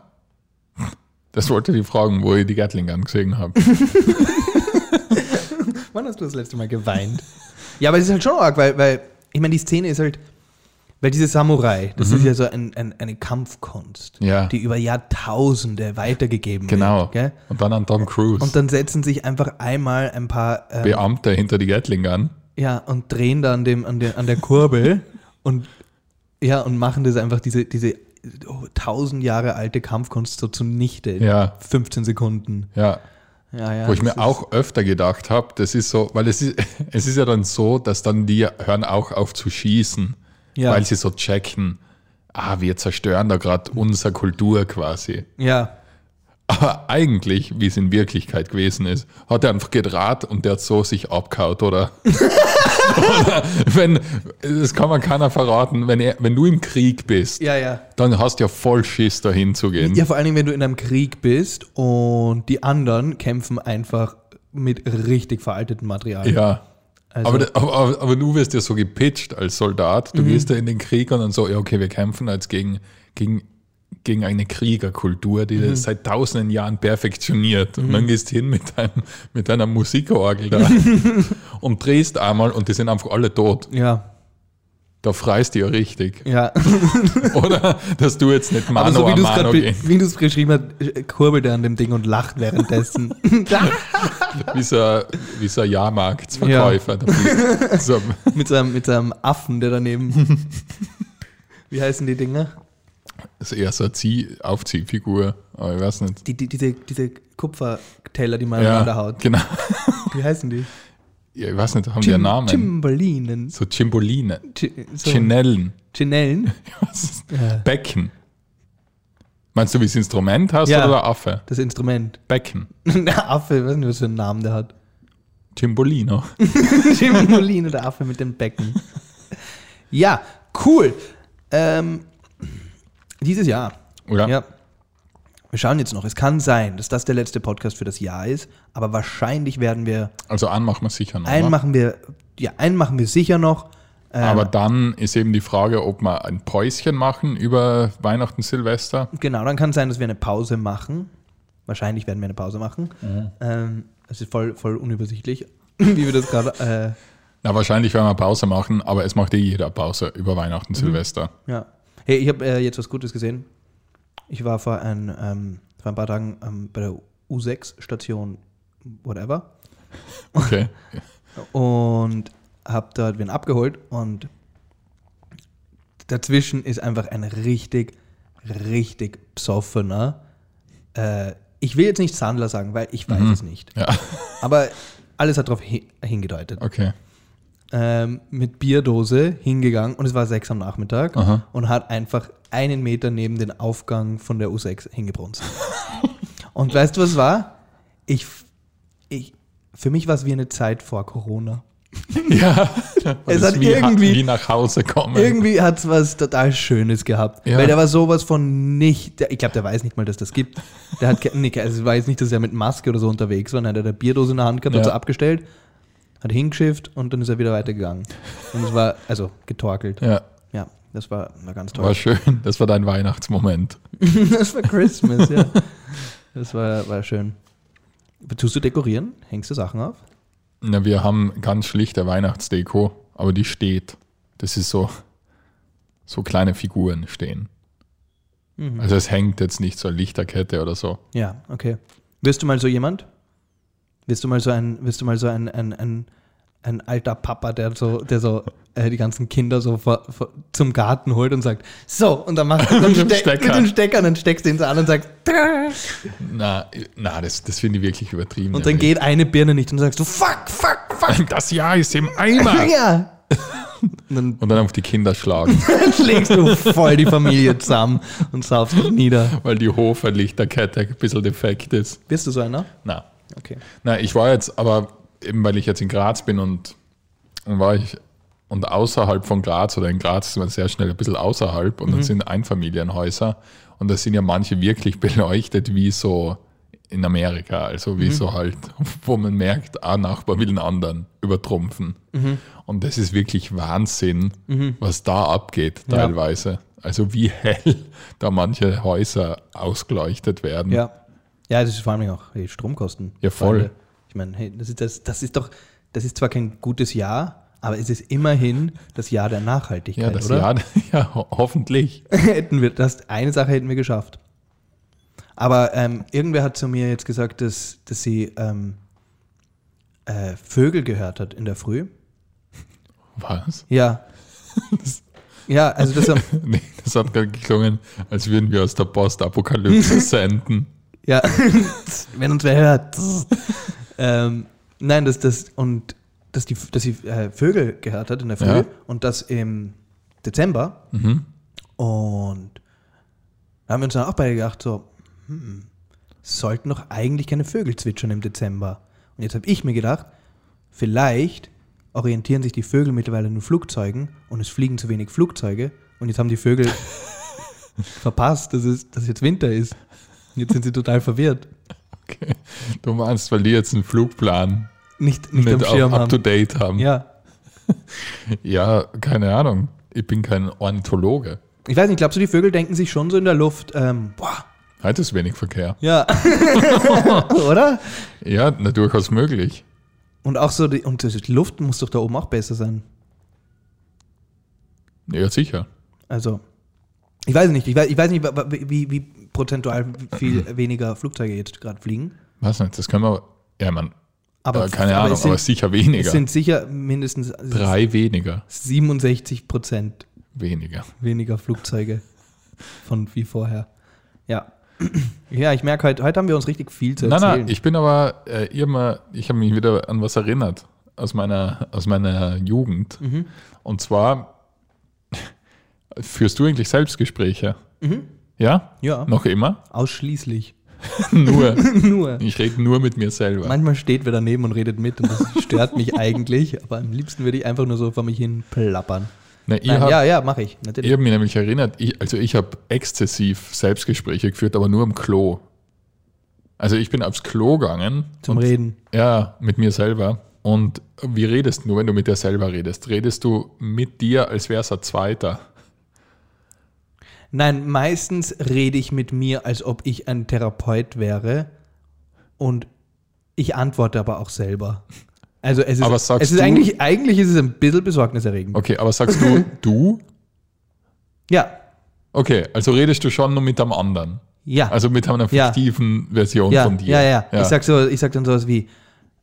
Speaker 2: Das wollte ich fragen, wo ich die Gatling Gun gesehen habe.
Speaker 1: Wann hast du das letzte Mal geweint? ja, aber es ist halt schon arg, weil, weil ich meine, die Szene ist halt, weil diese Samurai, das ist ja so ein, ein, eine Kampfkunst,
Speaker 2: Ja.
Speaker 1: die über Jahrtausende weitergegeben
Speaker 2: Genau.
Speaker 1: wird. Gell?
Speaker 2: Und dann an Tom Cruise.
Speaker 1: Und dann setzen sich einfach einmal ein paar ähm,
Speaker 2: Beamter hinter die Gatling an.
Speaker 1: ja und drehen da an dem an der an der Kurbel und ja und machen das einfach diese diese oh, tausend Jahre alte Kampfkunst so zunichte in
Speaker 2: Ja.
Speaker 1: 15 Sekunden.
Speaker 2: Ja.
Speaker 1: Ja, ja,
Speaker 2: Wo ich
Speaker 1: das
Speaker 2: mir auch öfter gedacht habe, das ist so, weil es ist, es ist ja dann so, dass dann die hören auch auf zu schießen,
Speaker 1: Ja.
Speaker 2: weil sie so checken, ah, wir zerstören da gerade unsere Kultur quasi.
Speaker 1: ja.
Speaker 2: Aber eigentlich, wie es in Wirklichkeit gewesen ist, hat er einfach gedraht und der hat so sich abgehauen, oder? wenn, das kann man keiner verraten, wenn, er, wenn du im Krieg bist,
Speaker 1: Ja, ja.
Speaker 2: dann hast du ja voll Schiss, da hinzugehen.
Speaker 1: Ja, vor allen Dingen, wenn du in einem Krieg bist und die anderen kämpfen einfach mit richtig veraltetem Material.
Speaker 2: Ja.
Speaker 1: Also- Mhm.
Speaker 2: aber, da- aber, aber, aber du wirst ja so gepitcht als Soldat. Du gehst da in den Krieg und dann so, ja, okay, wir kämpfen als gegen, gegen, gegen eine Kriegerkultur, die
Speaker 1: Mhm.
Speaker 2: das seit tausenden Jahren perfektioniert. Und dann gehst du hin mit, deinem, mit deiner Musikorgel da und drehst einmal und die sind einfach alle tot.
Speaker 1: Ja,
Speaker 2: Da freist du ja richtig.
Speaker 1: ja.
Speaker 2: Oder? Dass du jetzt nicht Mano
Speaker 1: Aber so wie
Speaker 2: a
Speaker 1: du es
Speaker 2: Mano
Speaker 1: gerade
Speaker 2: gehst.
Speaker 1: be- wie du es beschrieben hast, kurbelt er an dem Ding und lacht währenddessen.
Speaker 2: Wie so ein- wie so ein Jahrmarktsverkäufer. So,
Speaker 1: mit, seinem, mit seinem Affen, der daneben. wie heißen die Dinger?
Speaker 2: das ist eher so eine Zieh Aufziehfigur. Aber ich weiß nicht.
Speaker 1: Die, die, diese, diese Kupferteller, die man
Speaker 2: Ja,
Speaker 1: aneinander haut.
Speaker 2: genau.
Speaker 1: Wie heißen die?
Speaker 2: Ja, ich weiß nicht, haben die einen Namen?
Speaker 1: Timberlinen.
Speaker 2: So Cimboline.
Speaker 1: Chi- so-
Speaker 2: Chinellen.
Speaker 1: Chinellen.
Speaker 2: Was ist-
Speaker 1: Ja.
Speaker 2: Becken. Meinst du, wie das Instrument hast
Speaker 1: Ja.
Speaker 2: oder Affe?
Speaker 1: Das Instrument.
Speaker 2: Becken.
Speaker 1: Der Affe, ich weiß nicht, was für einen Namen der hat.
Speaker 2: Cimbolino.
Speaker 1: Cimbolino, der Affe mit dem Becken. Ja, cool. Ähm, dieses Jahr.
Speaker 2: Oder?
Speaker 1: Ja. Wir schauen jetzt noch. Es kann sein, dass das der letzte Podcast für das Jahr ist, aber wahrscheinlich werden wir.
Speaker 2: Also einen machen wir sicher noch.
Speaker 1: Einen
Speaker 2: oder?
Speaker 1: machen wir, ja, einen machen wir sicher noch. Ähm,
Speaker 2: Aber dann ist eben die Frage, ob wir ein Päuschen machen über Weihnachten, Silvester.
Speaker 1: Genau, dann kann es sein, dass wir eine Pause machen. Wahrscheinlich werden wir eine Pause machen. Ähm, es ist voll, voll unübersichtlich, wie wir das gerade.
Speaker 2: Na, wahrscheinlich werden wir Pause machen, aber es macht eh jeder Pause über Weihnachten, Silvester.
Speaker 1: Äh, ja. Hey, ich habe äh, jetzt was Gutes gesehen. Ich war vor ein, ähm, vor ein paar Tagen ähm, bei der U6-Station, whatever,
Speaker 2: Okay.
Speaker 1: und habe dort wen abgeholt. Und dazwischen ist einfach ein richtig, richtig psoffener. Äh, ich will jetzt nicht Sandler sagen, weil ich weiß es nicht.
Speaker 2: ja,
Speaker 1: Aber alles hat darauf hi- hingedeutet.
Speaker 2: okay.
Speaker 1: Ähm, mit Bierdose hingegangen und es war sechs am Nachmittag
Speaker 2: Aha.
Speaker 1: und hat einfach einen Meter neben den Aufgang von der U6 hingebrunst. und weißt du, was war? Ich, f- ich, für mich war es wie eine Zeit vor Corona.
Speaker 2: Ja,
Speaker 1: Es
Speaker 2: Das
Speaker 1: hat
Speaker 2: ist wie,
Speaker 1: irgendwie-
Speaker 2: wie nach Hause kommen.
Speaker 1: Irgendwie hat es was total Schönes gehabt.
Speaker 2: Ja.
Speaker 1: Weil der war sowas von nicht. Der, ich glaube, der weiß nicht mal, dass das gibt. Der hat ke- nee, also es war jetzt nicht, dass er mit Maske oder so unterwegs war. Dann hat er eine Bierdose in der Hand gehabt, hat
Speaker 2: Ja.
Speaker 1: so abgestellt, hat hingeschifft und dann ist er wieder weitergegangen. Und es war, also getorkelt. Ja,
Speaker 2: ja,
Speaker 1: das war, war ganz toll.
Speaker 2: war schön. Das war dein Weihnachtsmoment.
Speaker 1: das war Christmas, ja. Das war, war schön. Tust du dekorieren? Hängst du Sachen auf?
Speaker 2: Na, wir haben ganz schlichte Weihnachtsdeko, aber die steht. Das ist so, so kleine Figuren stehen.
Speaker 1: Mhm.
Speaker 2: Also es hängt jetzt nicht so eine Lichterkette oder so.
Speaker 1: Ja, okay. Wirst du mal so jemand? Wirst du mal so ein, wirst du mal so ein, ein, ein, ein alter Papa, der so, der so äh, die ganzen Kinder so vor, vor, zum Garten holt und sagt, so, und dann machst du so einen
Speaker 2: Mit dem
Speaker 1: Steck, mit
Speaker 2: Stecker.
Speaker 1: dem Stecker und dann steckst du ihn so an und sagst, "Tada!"
Speaker 2: Na, na das, das finde ich wirklich übertrieben.
Speaker 1: und dann
Speaker 2: nämlich.
Speaker 1: geht eine Birne nicht und dann sagst du, fuck, fuck, fuck,
Speaker 2: Das Jahr ist im Eimer.
Speaker 1: ja. Und dann
Speaker 2: Und dann auf die Kinder schlagen,
Speaker 1: schlägst du voll die Familie zusammen und saufst dich nieder.
Speaker 2: weil die Hofer-Lichterkette ein bisschen defekt ist.
Speaker 1: Bist du so einer?
Speaker 2: Na,
Speaker 1: Okay.
Speaker 2: Na, ich war jetzt, aber eben weil ich jetzt in Graz bin und, und war ich und außerhalb von Graz oder in Graz ist man sehr schnell ein bisschen außerhalb und
Speaker 1: Mhm.
Speaker 2: dann sind Einfamilienhäuser und da sind ja manche wirklich beleuchtet wie so in Amerika, also
Speaker 1: Mhm.
Speaker 2: wie so halt, wo man merkt, ein Nachbar will den anderen übertrumpfen.
Speaker 1: Mhm.
Speaker 2: Und das ist wirklich Wahnsinn, was da abgeht
Speaker 1: Ja.
Speaker 2: teilweise. Also wie hell da manche Häuser ausgeleuchtet werden.
Speaker 1: Ja. Ja, das ist vor allem auch die Stromkosten.
Speaker 2: Ja, voll.
Speaker 1: Freunde. Ich meine, hey, das ist das, das ist doch, das ist zwar kein gutes Jahr, aber es ist immerhin das Jahr der Nachhaltigkeit,
Speaker 2: Ja, das
Speaker 1: oder?
Speaker 2: Jahr, ja, ho hoffentlich.
Speaker 1: hätten wir das eine Sache hätten wir geschafft. Aber ähm, irgendwer hat zu mir jetzt gesagt, dass, dass sie ähm, äh, Vögel gehört hat in der Früh.
Speaker 2: Was?
Speaker 1: Ja. ja, also das am,
Speaker 2: Nee, das hat gerade geklungen, als würden wir aus der Postapokalypse senden.
Speaker 1: Ja, wenn uns wer hört. ähm, nein, dass das und dass die dass sie äh, Vögel gehört hat in der Früh
Speaker 2: Ja.
Speaker 1: und das im Dezember
Speaker 2: Mhm.
Speaker 1: und da haben wir uns dann auch beide gedacht so hm, sollten doch eigentlich keine Vögel zwitschern im Dezember. Und jetzt habe ich mir gedacht, vielleicht orientieren sich die Vögel mittlerweile in den Flugzeugen und es fliegen zu wenig Flugzeuge und jetzt haben die Vögel verpasst, dass es, dass jetzt Winter ist. Und jetzt sind sie total verwirrt.
Speaker 2: Okay. Du meinst, weil die jetzt einen Flugplan
Speaker 1: Nicht, nicht,
Speaker 2: nicht
Speaker 1: am
Speaker 2: up-
Speaker 1: Schirm
Speaker 2: up to
Speaker 1: haben.
Speaker 2: date haben.
Speaker 1: Ja.
Speaker 2: ja, keine Ahnung. Ich bin kein Ornithologe.
Speaker 1: Ich weiß nicht, glaubst du, die Vögel denken sich schon so in der Luft, ähm, boah,
Speaker 2: Heute ist wenig Verkehr.
Speaker 1: ja. Oder?
Speaker 2: Ja, na, durchaus möglich.
Speaker 1: Und auch so, die, und die Luft muss doch da oben auch besser sein.
Speaker 2: Ja, sicher.
Speaker 1: Also, ich weiß nicht, ich weiß, ich weiß nicht, wa- wa- wie, wie prozentual viel weniger Flugzeuge jetzt gerade fliegen.
Speaker 2: Weiß nicht, das können wir. Ja, man,
Speaker 1: Aber
Speaker 2: äh, keine
Speaker 1: aber
Speaker 2: Ahnung,
Speaker 1: es sind,
Speaker 2: aber sicher
Speaker 1: es
Speaker 2: weniger.
Speaker 1: sind sicher mindestens
Speaker 2: Drei weniger.
Speaker 1: 67 Prozent
Speaker 2: Weniger.
Speaker 1: weniger Flugzeuge von wie vorher. Ja. Ja, ich merke, heute, heute haben wir uns richtig viel zu
Speaker 2: Nein,
Speaker 1: erzählen.
Speaker 2: nein, ich bin aber äh, immer, ich habe mich wieder an was erinnert aus meiner, aus meiner Jugend.
Speaker 1: Mhm.
Speaker 2: Und zwar führst du eigentlich Selbstgespräche. Ja?
Speaker 1: Mhm. ja,
Speaker 2: Noch immer?
Speaker 1: ausschließlich.
Speaker 2: Nur.
Speaker 1: Nur.
Speaker 2: ich rede nur mit mir selber.
Speaker 1: Manchmal steht wer daneben und redet mit und das stört mich eigentlich, aber am liebsten würde ich einfach nur so vor mich hin plappern.
Speaker 2: Na, ich
Speaker 1: Nein,
Speaker 2: habe
Speaker 1: ja, ja, mache ich. Natürlich.
Speaker 2: hab mich nämlich erinnert, ich, also ich habe exzessiv Selbstgespräche geführt, aber nur am Klo. Also ich bin aufs Klo gegangen.
Speaker 1: Zum
Speaker 2: und
Speaker 1: Reden.
Speaker 2: Ja, mit mir selber. Und wie redest du, wenn du mit dir selber redest? Redest du mit dir, als wäre es ein zweiter?
Speaker 1: Nein, meistens rede ich mit mir, als ob ich ein Therapeut wäre und ich antworte aber auch selber. Also es ist,
Speaker 2: Aber sagst
Speaker 1: es ist
Speaker 2: du-
Speaker 1: eigentlich, eigentlich ist es ein bisschen besorgniserregend.
Speaker 2: Okay, aber sagst du du?
Speaker 1: Ja,
Speaker 2: Okay, also redest du schon nur mit einem anderen.
Speaker 1: ja,
Speaker 2: Also mit einer
Speaker 1: Ja.
Speaker 2: fiktiven Version
Speaker 1: ja,
Speaker 2: von dir.
Speaker 1: ja, ja,
Speaker 2: Ja,
Speaker 1: Ich sag, so, ich sag dann sowas wie,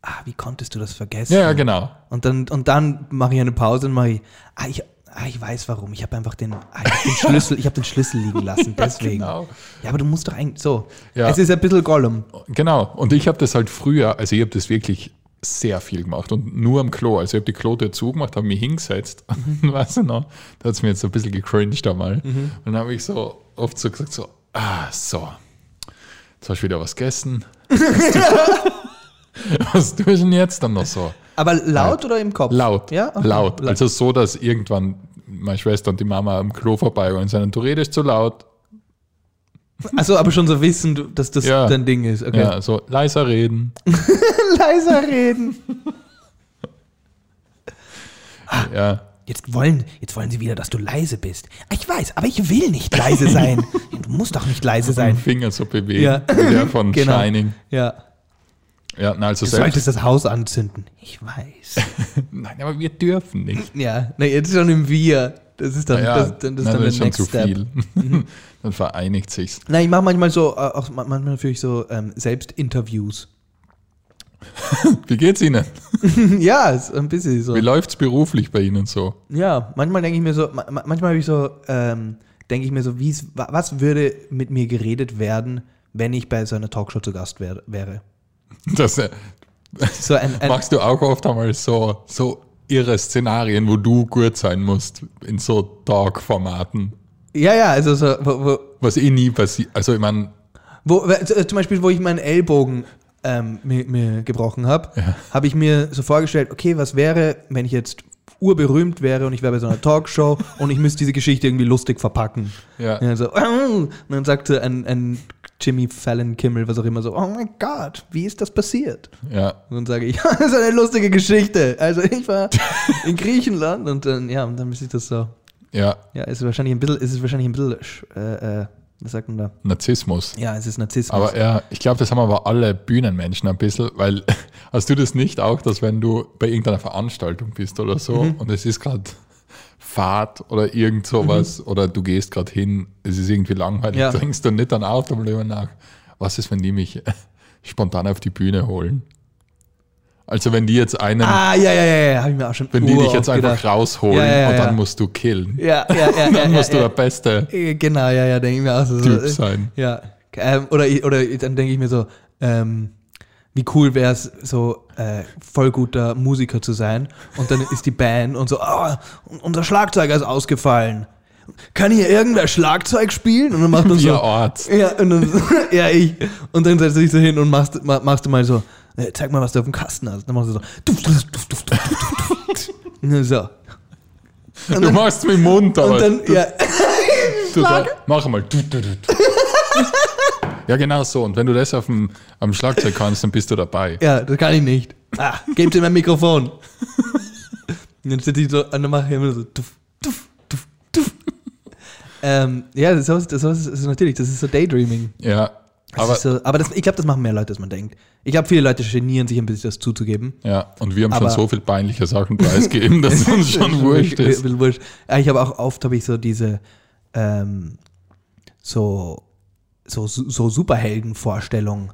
Speaker 1: ah, wie konntest du das vergessen?
Speaker 2: ja, ja genau.
Speaker 1: Und dann, und dann mache ich eine Pause und mache ich, ah, ich, ah, ich weiß warum, ich habe einfach den, ah, ich hab den Schlüssel, ich habe den Schlüssel liegen lassen, deswegen.
Speaker 2: genau.
Speaker 1: Ja, aber du musst doch eigentlich, so.
Speaker 2: Ja.
Speaker 1: Es ist ein bisschen Gollum.
Speaker 2: Genau. Und ich habe das halt früher, also ich habe das wirklich sehr viel gemacht und nur am Klo. Also ich habe die Klotür zugemacht, habe mich hingesetzt. weißt du noch? Da hat es mir jetzt ein bisschen gecringed einmal.
Speaker 1: Mhm.
Speaker 2: Und dann habe ich so oft so gesagt, so, ah, so, jetzt hast du wieder was gegessen. was tue ich denn jetzt dann noch so?
Speaker 1: Aber laut oder im Kopf?
Speaker 2: Laut.
Speaker 1: Ja? Okay.
Speaker 2: Laut. Also so, dass irgendwann meine Schwester und die Mama am Klo vorbei waren und sagen, du redest zu laut.
Speaker 1: Also, aber schon so wissen, dass das
Speaker 2: Ja.
Speaker 1: dein Ding ist. Okay.
Speaker 2: Ja, so leiser reden.
Speaker 1: Leiser reden. Ah.
Speaker 2: Ja.
Speaker 1: Jetzt wollen, jetzt wollen sie wieder, dass du leise bist. Ah, Ich weiß, aber ich will nicht leise sein. Du musst doch nicht leise sein.
Speaker 2: Finger so bewegen.
Speaker 1: Ja.
Speaker 2: wie Der von
Speaker 1: Genau.
Speaker 2: Shining.
Speaker 1: Ja.
Speaker 2: Ja, na, also
Speaker 1: Du
Speaker 2: selbst.
Speaker 1: solltest das Haus anzünden. Ich weiß.
Speaker 2: Nein, aber wir dürfen nicht.
Speaker 1: Ja, na, jetzt schon im Wir. Das ist dann,
Speaker 2: Ja,
Speaker 1: das, dann, das ist dann der Next Step. Mhm.
Speaker 2: viel. dann vereinigt sich's.
Speaker 1: Na, ich mache manchmal so, äh, auch ma- manchmal führe ich so ähm, Selbstinterviews.
Speaker 2: Wie geht's Ihnen?
Speaker 1: ja, ist ein bisschen so.
Speaker 2: Wie läuft's beruflich bei Ihnen so?
Speaker 1: Ja, manchmal denke ich mir so, ma ma- manchmal habe ich so, ähm, denke ich mir so, wie's, wa was würde mit mir geredet werden, wenn ich bei so einer Talkshow zu Gast wär wäre?
Speaker 2: Das äh,
Speaker 1: So ein, ein
Speaker 2: machst du auch oft einmal so, so irre Szenarien, wo du gut sein musst in so Talk-Formaten.
Speaker 1: ja, ja, also so, wo, wo,
Speaker 2: Was eh nie passiert. Also, ich meine,
Speaker 1: wo, w- z- äh, zum Beispiel, wo ich meinen Ellbogen ähm, mir, mir gebrochen habe, habe ich mir so vorgestellt, okay, was wäre, wenn ich jetzt urberühmt wäre und ich wäre bei so einer Talkshow und ich müsste diese Geschichte irgendwie lustig verpacken.
Speaker 2: ja.
Speaker 1: Ja, so, und dann sagte ein, ein Jimmy Fallon Kimmel, was auch immer, so, oh mein Gott, wie ist das passiert?
Speaker 2: ja.
Speaker 1: Und dann sage ich, das ist eine lustige Geschichte. Also ich war in Griechenland und dann, ja, und dann ist das so.
Speaker 2: Ja,
Speaker 1: Ja, es ist wahrscheinlich ein bisschen, es ist wahrscheinlich ein bisschen, sch- äh, äh, was sagt man da?
Speaker 2: Narzissmus.
Speaker 1: Ja, es ist Narzissmus.
Speaker 2: Aber ja, ich glaube, das haben aber alle Bühnenmenschen ein bisschen, weil hast du das nicht auch, dass wenn du bei irgendeiner Veranstaltung bist oder so
Speaker 1: Mhm.
Speaker 2: und es ist gerade Fahrt oder irgend sowas oder du gehst gerade hin, es ist irgendwie langweilig,
Speaker 1: Mhm. Ja.
Speaker 2: trinkst du nicht dann auch darüber nach, was ist, wenn die mich spontan auf die Bühne holen? Also wenn die jetzt einen,
Speaker 1: ah, ja, ja, ja, ja, habe ich mir auch schon
Speaker 2: wenn die dich
Speaker 1: uroft
Speaker 2: jetzt einfach
Speaker 1: gedacht.
Speaker 2: rausholen
Speaker 1: Ja, ja,
Speaker 2: und
Speaker 1: ja.
Speaker 2: dann musst du killen,
Speaker 1: Ja, ja, ja. ja,
Speaker 2: dann
Speaker 1: ja,
Speaker 2: musst du
Speaker 1: ja,
Speaker 2: der beste
Speaker 1: Äh, Genau, ja, ja, denke ich mir auch so.
Speaker 2: Typ
Speaker 1: so, äh,
Speaker 2: sein.
Speaker 1: Ja. Ähm, oder, ich- oder ich- dann denke ich mir so, ähm, wie cool wäre es, so äh, voll guter Musiker zu sein. Und dann ist die Band und so, oh, unser Schlagzeuger ist ausgefallen. Kann hier irgendwer Schlagzeug spielen? Und dann macht man so.
Speaker 2: Ihr Arzt.
Speaker 1: Ja, und dann, ja, ich. Und dann setzt du dich so hin und machst, ma- machst du mal so, äh, zeig mal, was du auf dem Kasten hast. Dann machst du so. So. Und
Speaker 2: Du
Speaker 1: dann,
Speaker 2: machst mit dem Mund, aber
Speaker 1: und dann ja,
Speaker 2: du, da, mach einmal. Du, du, du, du. ja, genau so. Und wenn du das auf dem, am Schlagzeug kannst, dann bist du dabei.
Speaker 1: ja, das kann ich nicht. Ah, gebt ihm mein Mikrofon. Und dann sitze ich so, und dann mache ich immer so, tuff, tuff, tuff, tuff. Ähm, ja, das ist, das, ist, das ist natürlich, das ist so Daydreaming.
Speaker 2: Ja,
Speaker 1: Das
Speaker 2: aber,
Speaker 1: ist so, aber das, ich glaube, das machen mehr Leute, als man denkt. Ich glaube, viele Leute genieren sich ein bisschen, das zuzugeben.
Speaker 2: ja. Und wir haben schon
Speaker 1: Aber-
Speaker 2: so viel peinliche Sachen preisgegeben, dass es uns schon wurscht
Speaker 1: Ein
Speaker 2: ist.
Speaker 1: bisschen wurscht. Ja, Ich habe auch oft habe ich so diese ähm, so, so, so Superheldenvorstellung.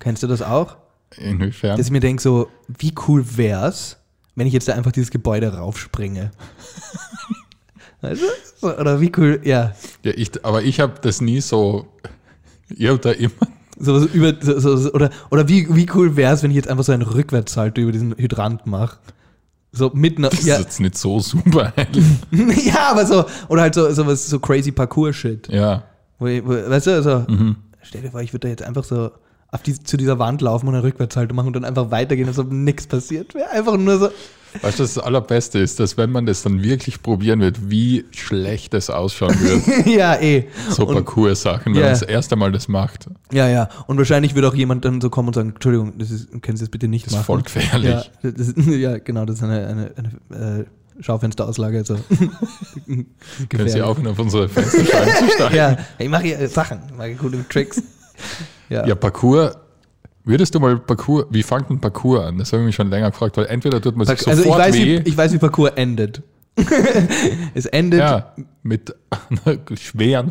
Speaker 1: Kennst du das auch?
Speaker 2: Inwiefern?
Speaker 1: Dass ich mir denke, so, wie cool wär's, wenn ich jetzt da einfach dieses Gebäude raufspringe. Weißt du? So, Oder wie cool, ja.
Speaker 2: ja, ich, aber ich habe das nie so. Ich habe da immer.
Speaker 1: So, was über, so, so, so, oder oder wie, wie cool wär's, wenn ich jetzt einfach so einen Rückwärtssalto über diesen Hydrant mache. So mitten.
Speaker 2: Das
Speaker 1: Ja,
Speaker 2: ist jetzt nicht so super.
Speaker 1: ja, aber so. Oder halt so, so was, so crazy Parkour-Shit.
Speaker 2: ja.
Speaker 1: Wo ich, wo, weißt du, also,
Speaker 2: Mhm.
Speaker 1: stell dir vor, ich würde da jetzt einfach so auf die, zu dieser Wand laufen und eine Rückwärtshaltung machen und dann einfach weitergehen, als ob nichts passiert wäre. Einfach nur so.
Speaker 2: Weißt du, das Allerbeste ist, dass wenn man das dann wirklich probieren wird, wie schlecht das ausschauen wird.
Speaker 1: ja, eh.
Speaker 2: So
Speaker 1: und,
Speaker 2: Parcours-Sachen, wenn
Speaker 1: Ja.
Speaker 2: man das erste Mal das macht.
Speaker 1: ja, ja. Und wahrscheinlich wird auch jemand dann so kommen und sagen, Entschuldigung, das ist, können Sie das bitte nicht
Speaker 2: Das
Speaker 1: machen.
Speaker 2: ist voll gefährlich.
Speaker 1: ja, das, ist- ja, genau, das ist eine, eine, eine äh, Schaufensterauslage. Also.
Speaker 2: Können Sie
Speaker 1: Gefährlich.
Speaker 2: aufhören, auf unsere Fensterscheiben zu steigen?
Speaker 1: Ja, ich mache hier äh, Sachen, ich mache coole Tricks. Ja.
Speaker 2: Ja, Parcours. Würdest du mal Parcours, wie fängt ein Parcours an? Das habe ich mich schon länger gefragt, weil entweder tut man sich
Speaker 1: also ich
Speaker 2: sofort
Speaker 1: weiß, wie,
Speaker 2: weh,
Speaker 1: ich weiß, wie Parcours endet. es endet
Speaker 2: ja, mit einer schweren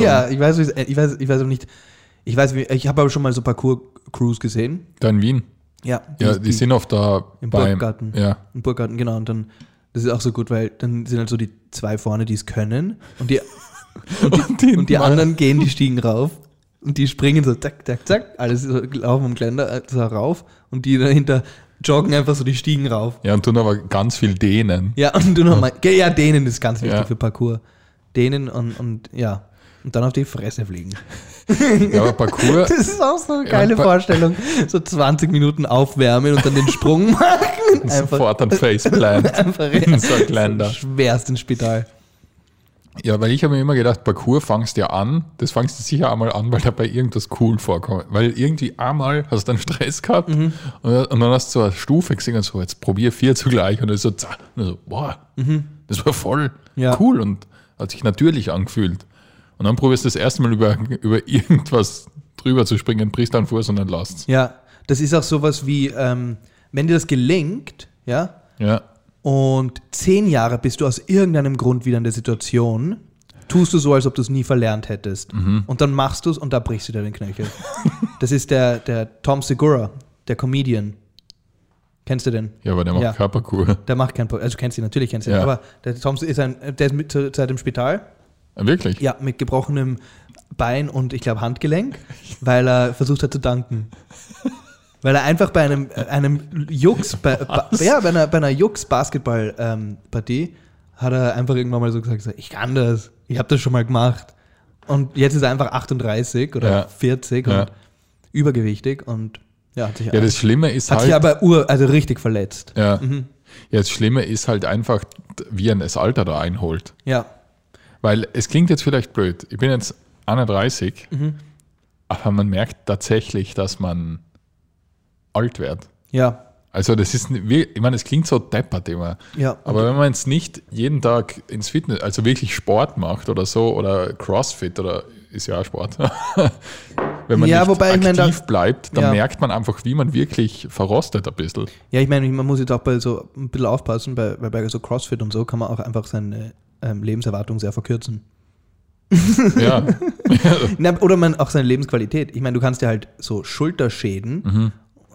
Speaker 1: Ja, ich weiß, wie es- äh, ich weiß, ich weiß auch nicht. Ich weiß, wie- ich habe aber schon mal so Parkour-Crews gesehen.
Speaker 2: Da in Wien.
Speaker 1: Ja,
Speaker 2: Ja, die sind oft da
Speaker 1: Im
Speaker 2: beim,
Speaker 1: Burggarten.
Speaker 2: Ja,
Speaker 1: im Burggarten, genau. Und dann, das ist auch so gut, weil dann sind halt so die zwei vorne, die es können. Und die,
Speaker 2: Und die,
Speaker 1: und die anderen gehen die Stiegen rauf. Und die springen so zack, zack, zack. Alles so laufen am Geländer äh, so rauf. Und die dahinter joggen einfach so die Stiegen rauf.
Speaker 2: Ja, und tun aber ganz viel dehnen.
Speaker 1: Ja, und du nochmal. gell, Ja, denen ist ganz wichtig
Speaker 2: Ja.
Speaker 1: für Parkour. Denen und, und ja. Und dann auf die Fresse fliegen.
Speaker 2: Ja, aber Parcours,
Speaker 1: Das ist auch so eine geile
Speaker 2: pa-
Speaker 1: Vorstellung. So 20 Minuten aufwärmen und dann den Sprung machen. Einfach,
Speaker 2: sofort ein Faceplant.
Speaker 1: einfach
Speaker 2: in so ein Geländer.
Speaker 1: schwerst ins Spital.
Speaker 2: Ja, weil ich habe mir immer gedacht, Parkour fangst ja an, das fangst du sicher einmal an, weil dabei irgendwas cool vorkommt. Weil irgendwie einmal hast du dann Stress gehabt
Speaker 1: Mhm.
Speaker 2: und, und dann hast du so eine Stufe gesehen und so, jetzt probier vier zugleich und dann so, zack, und dann so boah, das war voll
Speaker 1: Mhm. Ja.
Speaker 2: cool und hat sich natürlich angefühlt. Und dann probierst du das erste Mal über, über irgendwas drüber zu springen, brichst dann Fuß und dann lasst's.
Speaker 1: Ja, das ist auch sowas wie, ähm, wenn dir das gelingt, ja,
Speaker 2: Ja.
Speaker 1: und zehn Jahre bist du aus irgendeinem Grund wieder in der Situation, tust du so, als ob du es nie verlernt hättest. Und dann machst du es und da brichst du dir den Knöchel. das ist der, der Tom Segura, der Comedian. Kennst du den?
Speaker 2: Ja, aber der macht
Speaker 1: Ja.
Speaker 2: ja. keine Parkour.
Speaker 1: Der macht kein Problem. Also du kennst ihn, natürlich kennst du ihn.
Speaker 2: Ja.
Speaker 1: Aber der Thompson ist ein, der ist mit zur Zeit im Spital.
Speaker 2: Wirklich?
Speaker 1: Ja, mit gebrochenem Bein und ich glaube Handgelenk, weil er versucht hat zu danken. Weil er einfach bei einem, äh, einem Jux, bei, ba, ja, bei einer, bei einer Jux-Basketball-Partie hat er einfach irgendwann mal so gesagt, so, ich kann das, ich habe das schon mal gemacht. Und jetzt ist er einfach 38 oder
Speaker 2: Ja.
Speaker 1: 40 und
Speaker 2: Ja.
Speaker 1: übergewichtig und ja, hat sich,
Speaker 2: Ja, das Schlimme ist
Speaker 1: hat
Speaker 2: halt.
Speaker 1: sich Mhm. aber ur, also richtig verletzt.
Speaker 2: Ja. ja, das Schlimme ist halt einfach, wie ein das Alter da einholt.
Speaker 1: Ja,
Speaker 2: Weil es klingt jetzt vielleicht blöd. Ich bin jetzt 31,
Speaker 1: Mhm.
Speaker 2: aber man merkt tatsächlich, dass man alt wird.
Speaker 1: ja.
Speaker 2: Also das ist, n- wir- ich meine, es klingt so deppert immer.
Speaker 1: Ja.
Speaker 2: Aber wenn man jetzt nicht jeden Tag ins Fitness, also wirklich Sport macht oder so, oder Crossfit oder ist ja auch Sport. wenn man
Speaker 1: Ja,
Speaker 2: nicht
Speaker 1: wobei, ich
Speaker 2: aktiv
Speaker 1: meine, da-
Speaker 2: bleibt, dann
Speaker 1: Ja.
Speaker 2: merkt man einfach, wie man wirklich verrostet ein bisschen.
Speaker 1: Ja, ich meine, man muss jetzt auch bei so ein bisschen aufpassen, bei, bei, bei so CrossFit und so kann man auch einfach seine ähm, Lebenserwartung sehr verkürzen.
Speaker 2: Ja.
Speaker 1: Na, oder man auch seine Lebensqualität. Ich meine, du kannst dir halt so Schulterschäden
Speaker 2: Mhm.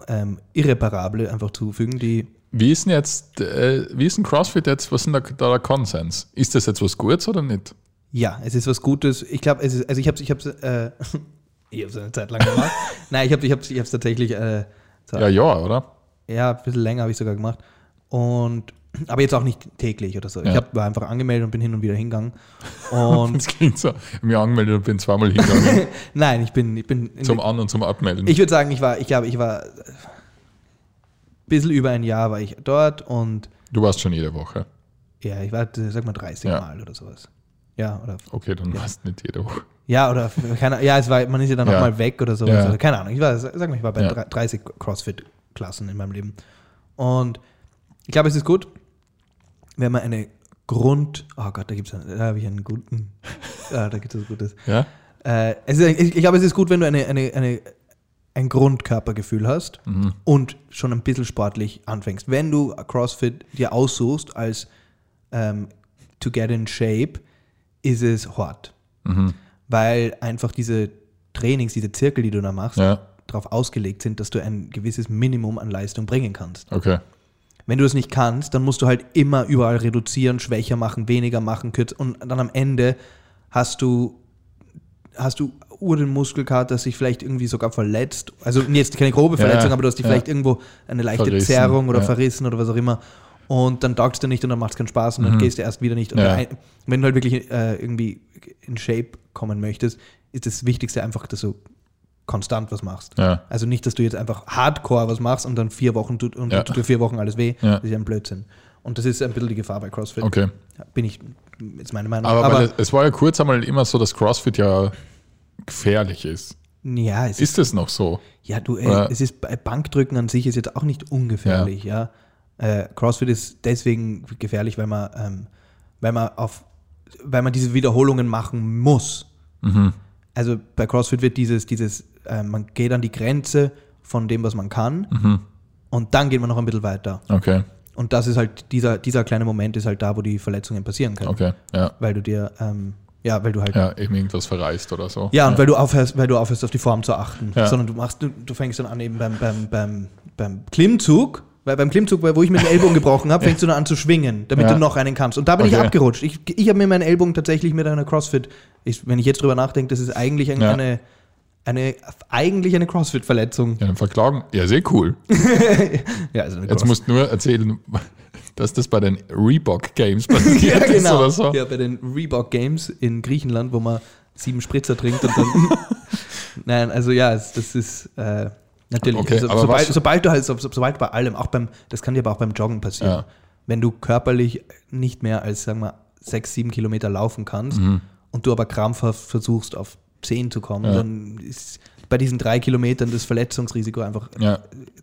Speaker 1: ähm, irreparable einfach zufügen, die.
Speaker 2: Wie ist denn jetzt, äh, wie ist denn CrossFit jetzt, was ist denn da, da der Konsens? Ist das jetzt was Gutes oder nicht?
Speaker 1: Ja, es ist was Gutes. Ich glaube, es ist, also ich habe ich hab's, äh, ich hab's eine Zeit lang gemacht. Nein, ich habe ich hab's, ich hab's tatsächlich äh, so
Speaker 2: Ja, ja, oder?
Speaker 1: Ja, ein bisschen länger habe ich sogar gemacht. Und aber jetzt auch nicht täglich oder so. Ich
Speaker 2: Ja.
Speaker 1: hab, war einfach angemeldet und bin hin und wieder hingegangen. Und
Speaker 2: Das klingt so. Ich hab mich angemeldet und bin zweimal hingegangen.
Speaker 1: nein, ich bin, ich bin in
Speaker 2: zum An- und zum Abmelden.
Speaker 1: Ich äh, würde sagen, ich war, ich glaube, ich war ein bisschen über ein Jahr war ich dort und
Speaker 2: Du warst schon jede Woche.
Speaker 1: Ja, ich warte, sag mal 30
Speaker 2: Ja.
Speaker 1: Mal oder sowas. Ja, oder
Speaker 2: Okay, dann warst nicht jede Woche.
Speaker 1: Ja, oder keine, ja, es war, man ist ja dann
Speaker 2: Ja.
Speaker 1: auch mal weg oder sowas.
Speaker 2: Ja.
Speaker 1: Also, keine Ahnung. Ich war, sag mal, ich war bei
Speaker 2: Ja.
Speaker 1: drei- 30 CrossFit-Klassen in meinem Leben. Und ich glaube, es ist gut, wenn man eine Grund. Oh Gott, da gibt's einen, da habe ich einen guten. ah, da gibt es was Gutes.
Speaker 2: Ja?
Speaker 1: Äh, es ist, ich, ich glaube, es ist gut, wenn du eine, eine, eine, ein Grundkörpergefühl hast und schon ein bisschen sportlich anfängst. Wenn du CrossFit dir aussuchst als ähm, to get in shape, ist es hart.
Speaker 2: Mhm.
Speaker 1: Weil einfach diese Trainings, diese Zirkel, die du da machst,
Speaker 2: Ja,
Speaker 1: darauf ausgelegt sind, dass du ein gewisses Minimum an Leistung bringen kannst.
Speaker 2: okay.
Speaker 1: Wenn du das nicht kannst, dann musst du halt immer überall reduzieren, schwächer machen, weniger machen, kürzer. Und dann am Ende hast du, hast du ur den Muskelkater, der sich vielleicht irgendwie sogar verletzt. Also jetzt keine grobe
Speaker 2: Ja,
Speaker 1: Verletzung, aber du hast dich
Speaker 2: ja.
Speaker 1: vielleicht irgendwo eine leichte
Speaker 2: Verrissen,
Speaker 1: Zerrung oder
Speaker 2: ja.
Speaker 1: verrissen oder was auch immer. Und dann taugst du nicht und dann macht es keinen Spaß und dann gehst du erst wieder nicht. Und
Speaker 2: Mhm. Ja.
Speaker 1: ein- wenn du halt wirklich äh, irgendwie in Shape kommen möchtest, ist das Wichtigste einfach, dass du konstant was machst.
Speaker 2: Ja,
Speaker 1: Also nicht, dass du jetzt einfach hardcore was machst und dann vier Wochen tut, und
Speaker 2: Ja.
Speaker 1: tut dir vier Wochen alles weh.
Speaker 2: Ja.
Speaker 1: Das ist ja ein Blödsinn. Und das ist ein bisschen die Gefahr bei CrossFit.
Speaker 2: okay.
Speaker 1: Bin ich, ist meine Meinung.
Speaker 2: Aber,
Speaker 1: Aber,
Speaker 2: weil es, es war ja kurz einmal immer so, dass CrossFit ja gefährlich ist.
Speaker 1: ja, es ist,
Speaker 2: Ist es noch so?
Speaker 1: ja, du, ey,
Speaker 2: Oder-
Speaker 1: es ist bei Bankdrücken an sich ist jetzt auch nicht ungefährlich, ja. Äh, CrossFit ist deswegen gefährlich, weil man, ähm, weil man auf, weil man diese Wiederholungen machen muss.
Speaker 2: Mhm.
Speaker 1: Also bei CrossFit wird dieses, dieses, äh, man geht an die Grenze von dem, was man kann,
Speaker 2: Mhm.
Speaker 1: und dann geht man noch ein bisschen weiter.
Speaker 2: Okay,
Speaker 1: Und das ist halt, dieser, dieser kleine Moment ist halt da, wo die Verletzungen passieren können.
Speaker 2: okay. Ja,
Speaker 1: Weil du dir, ähm, ja, weil du halt. Ja,
Speaker 2: ja eben irgendwas verreist oder so.
Speaker 1: und weil du aufhörst, weil du aufhörst, auf die Form zu achten.
Speaker 2: Ja.
Speaker 1: Sondern du machst, du, du fängst dann an eben beim, beim, beim, beim Klimmzug, weil beim Klimmzug, weil- wo ich mir den Ellbogen gebrochen habe, fängst du dann an zu schwingen, damit
Speaker 2: Ja.
Speaker 1: du noch einen kannst. Und da bin ich
Speaker 2: Okay.
Speaker 1: abgerutscht. Ich, ich habe mir meinen Ellbogen tatsächlich mit einer CrossFit, ich, wenn ich jetzt drüber nachdenke, das ist eigentlich ein,
Speaker 2: Ja.
Speaker 1: eine, eine, eigentlich eine CrossFit-Verletzung.
Speaker 2: Ja, dann verklagen. Ja, sehr cool.
Speaker 1: Ja, also eine
Speaker 2: Jetzt musst du nur erzählen, dass das bei den Reebok Games passiert
Speaker 1: Ja, genau.
Speaker 2: ist oder so.
Speaker 1: Ja, bei den Reebok Games in Griechenland, wo man sieben Spritzer trinkt und dann. Nein, also ja, es, das ist äh, natürlich.
Speaker 2: Okay,
Speaker 1: also,
Speaker 2: aber
Speaker 1: sobald,
Speaker 2: was-
Speaker 1: sobald du halt, so, so- sobald bei allem, auch beim, das kann dir aber auch beim Joggen passieren.
Speaker 2: Ja.
Speaker 1: Wenn du körperlich nicht mehr als, sagen wir, sechs, sieben Kilometer laufen kannst und du aber krampfhaft versuchst, auf zehn zu kommen,
Speaker 2: Mhm. Ja.
Speaker 1: dann ist bei diesen drei Kilometern das Verletzungsrisiko einfach äh,
Speaker 2: Ja.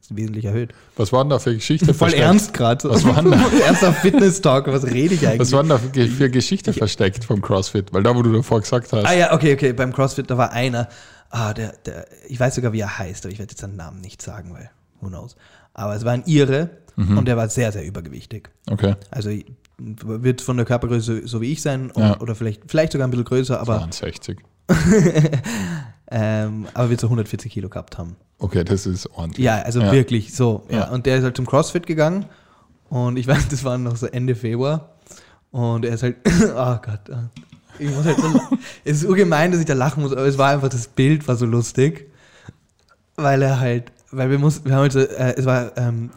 Speaker 1: wesentlich erhöht.
Speaker 2: Was war denn da für Geschichte
Speaker 1: Voll
Speaker 2: versteckt?
Speaker 1: ernst gerade.
Speaker 2: Was war denn da?
Speaker 1: Erster Fitness-Talk, was rede ich eigentlich?
Speaker 2: Was war denn da für, Ge- für Geschichte versteckt vom CrossFit? Weil da, wo du davor gesagt hast.
Speaker 1: Ah ja, okay, okay. Beim CrossFit, da war einer, ah, der, der, ich weiß sogar, wie er heißt, aber ich werde jetzt seinen Namen nicht sagen, weil who knows. Aber es war ein Ire und der war sehr, sehr übergewichtig.
Speaker 2: Okay.
Speaker 1: Also wird von der Körpergröße so- so wie ich sein und,
Speaker 2: Ja.
Speaker 1: oder vielleicht, vielleicht sogar ein bisschen größer, aber,
Speaker 2: 62.
Speaker 1: ähm, aber wird so 140 Kilo gehabt haben.
Speaker 2: Okay, das ist ordentlich.
Speaker 1: Ja, also
Speaker 2: Ja.
Speaker 1: wirklich so. Ja.
Speaker 2: Ja.
Speaker 1: Und der ist halt zum CrossFit gegangen und ich weiß, das war noch so Ende Februar und er ist halt, oh Gott, ah. ich muss halt so, la- es ist urgemein, dass ich da lachen muss, aber es war einfach, das Bild war so lustig, weil er halt, weil wir mussten, wir haben halt so, äh, es war ähm,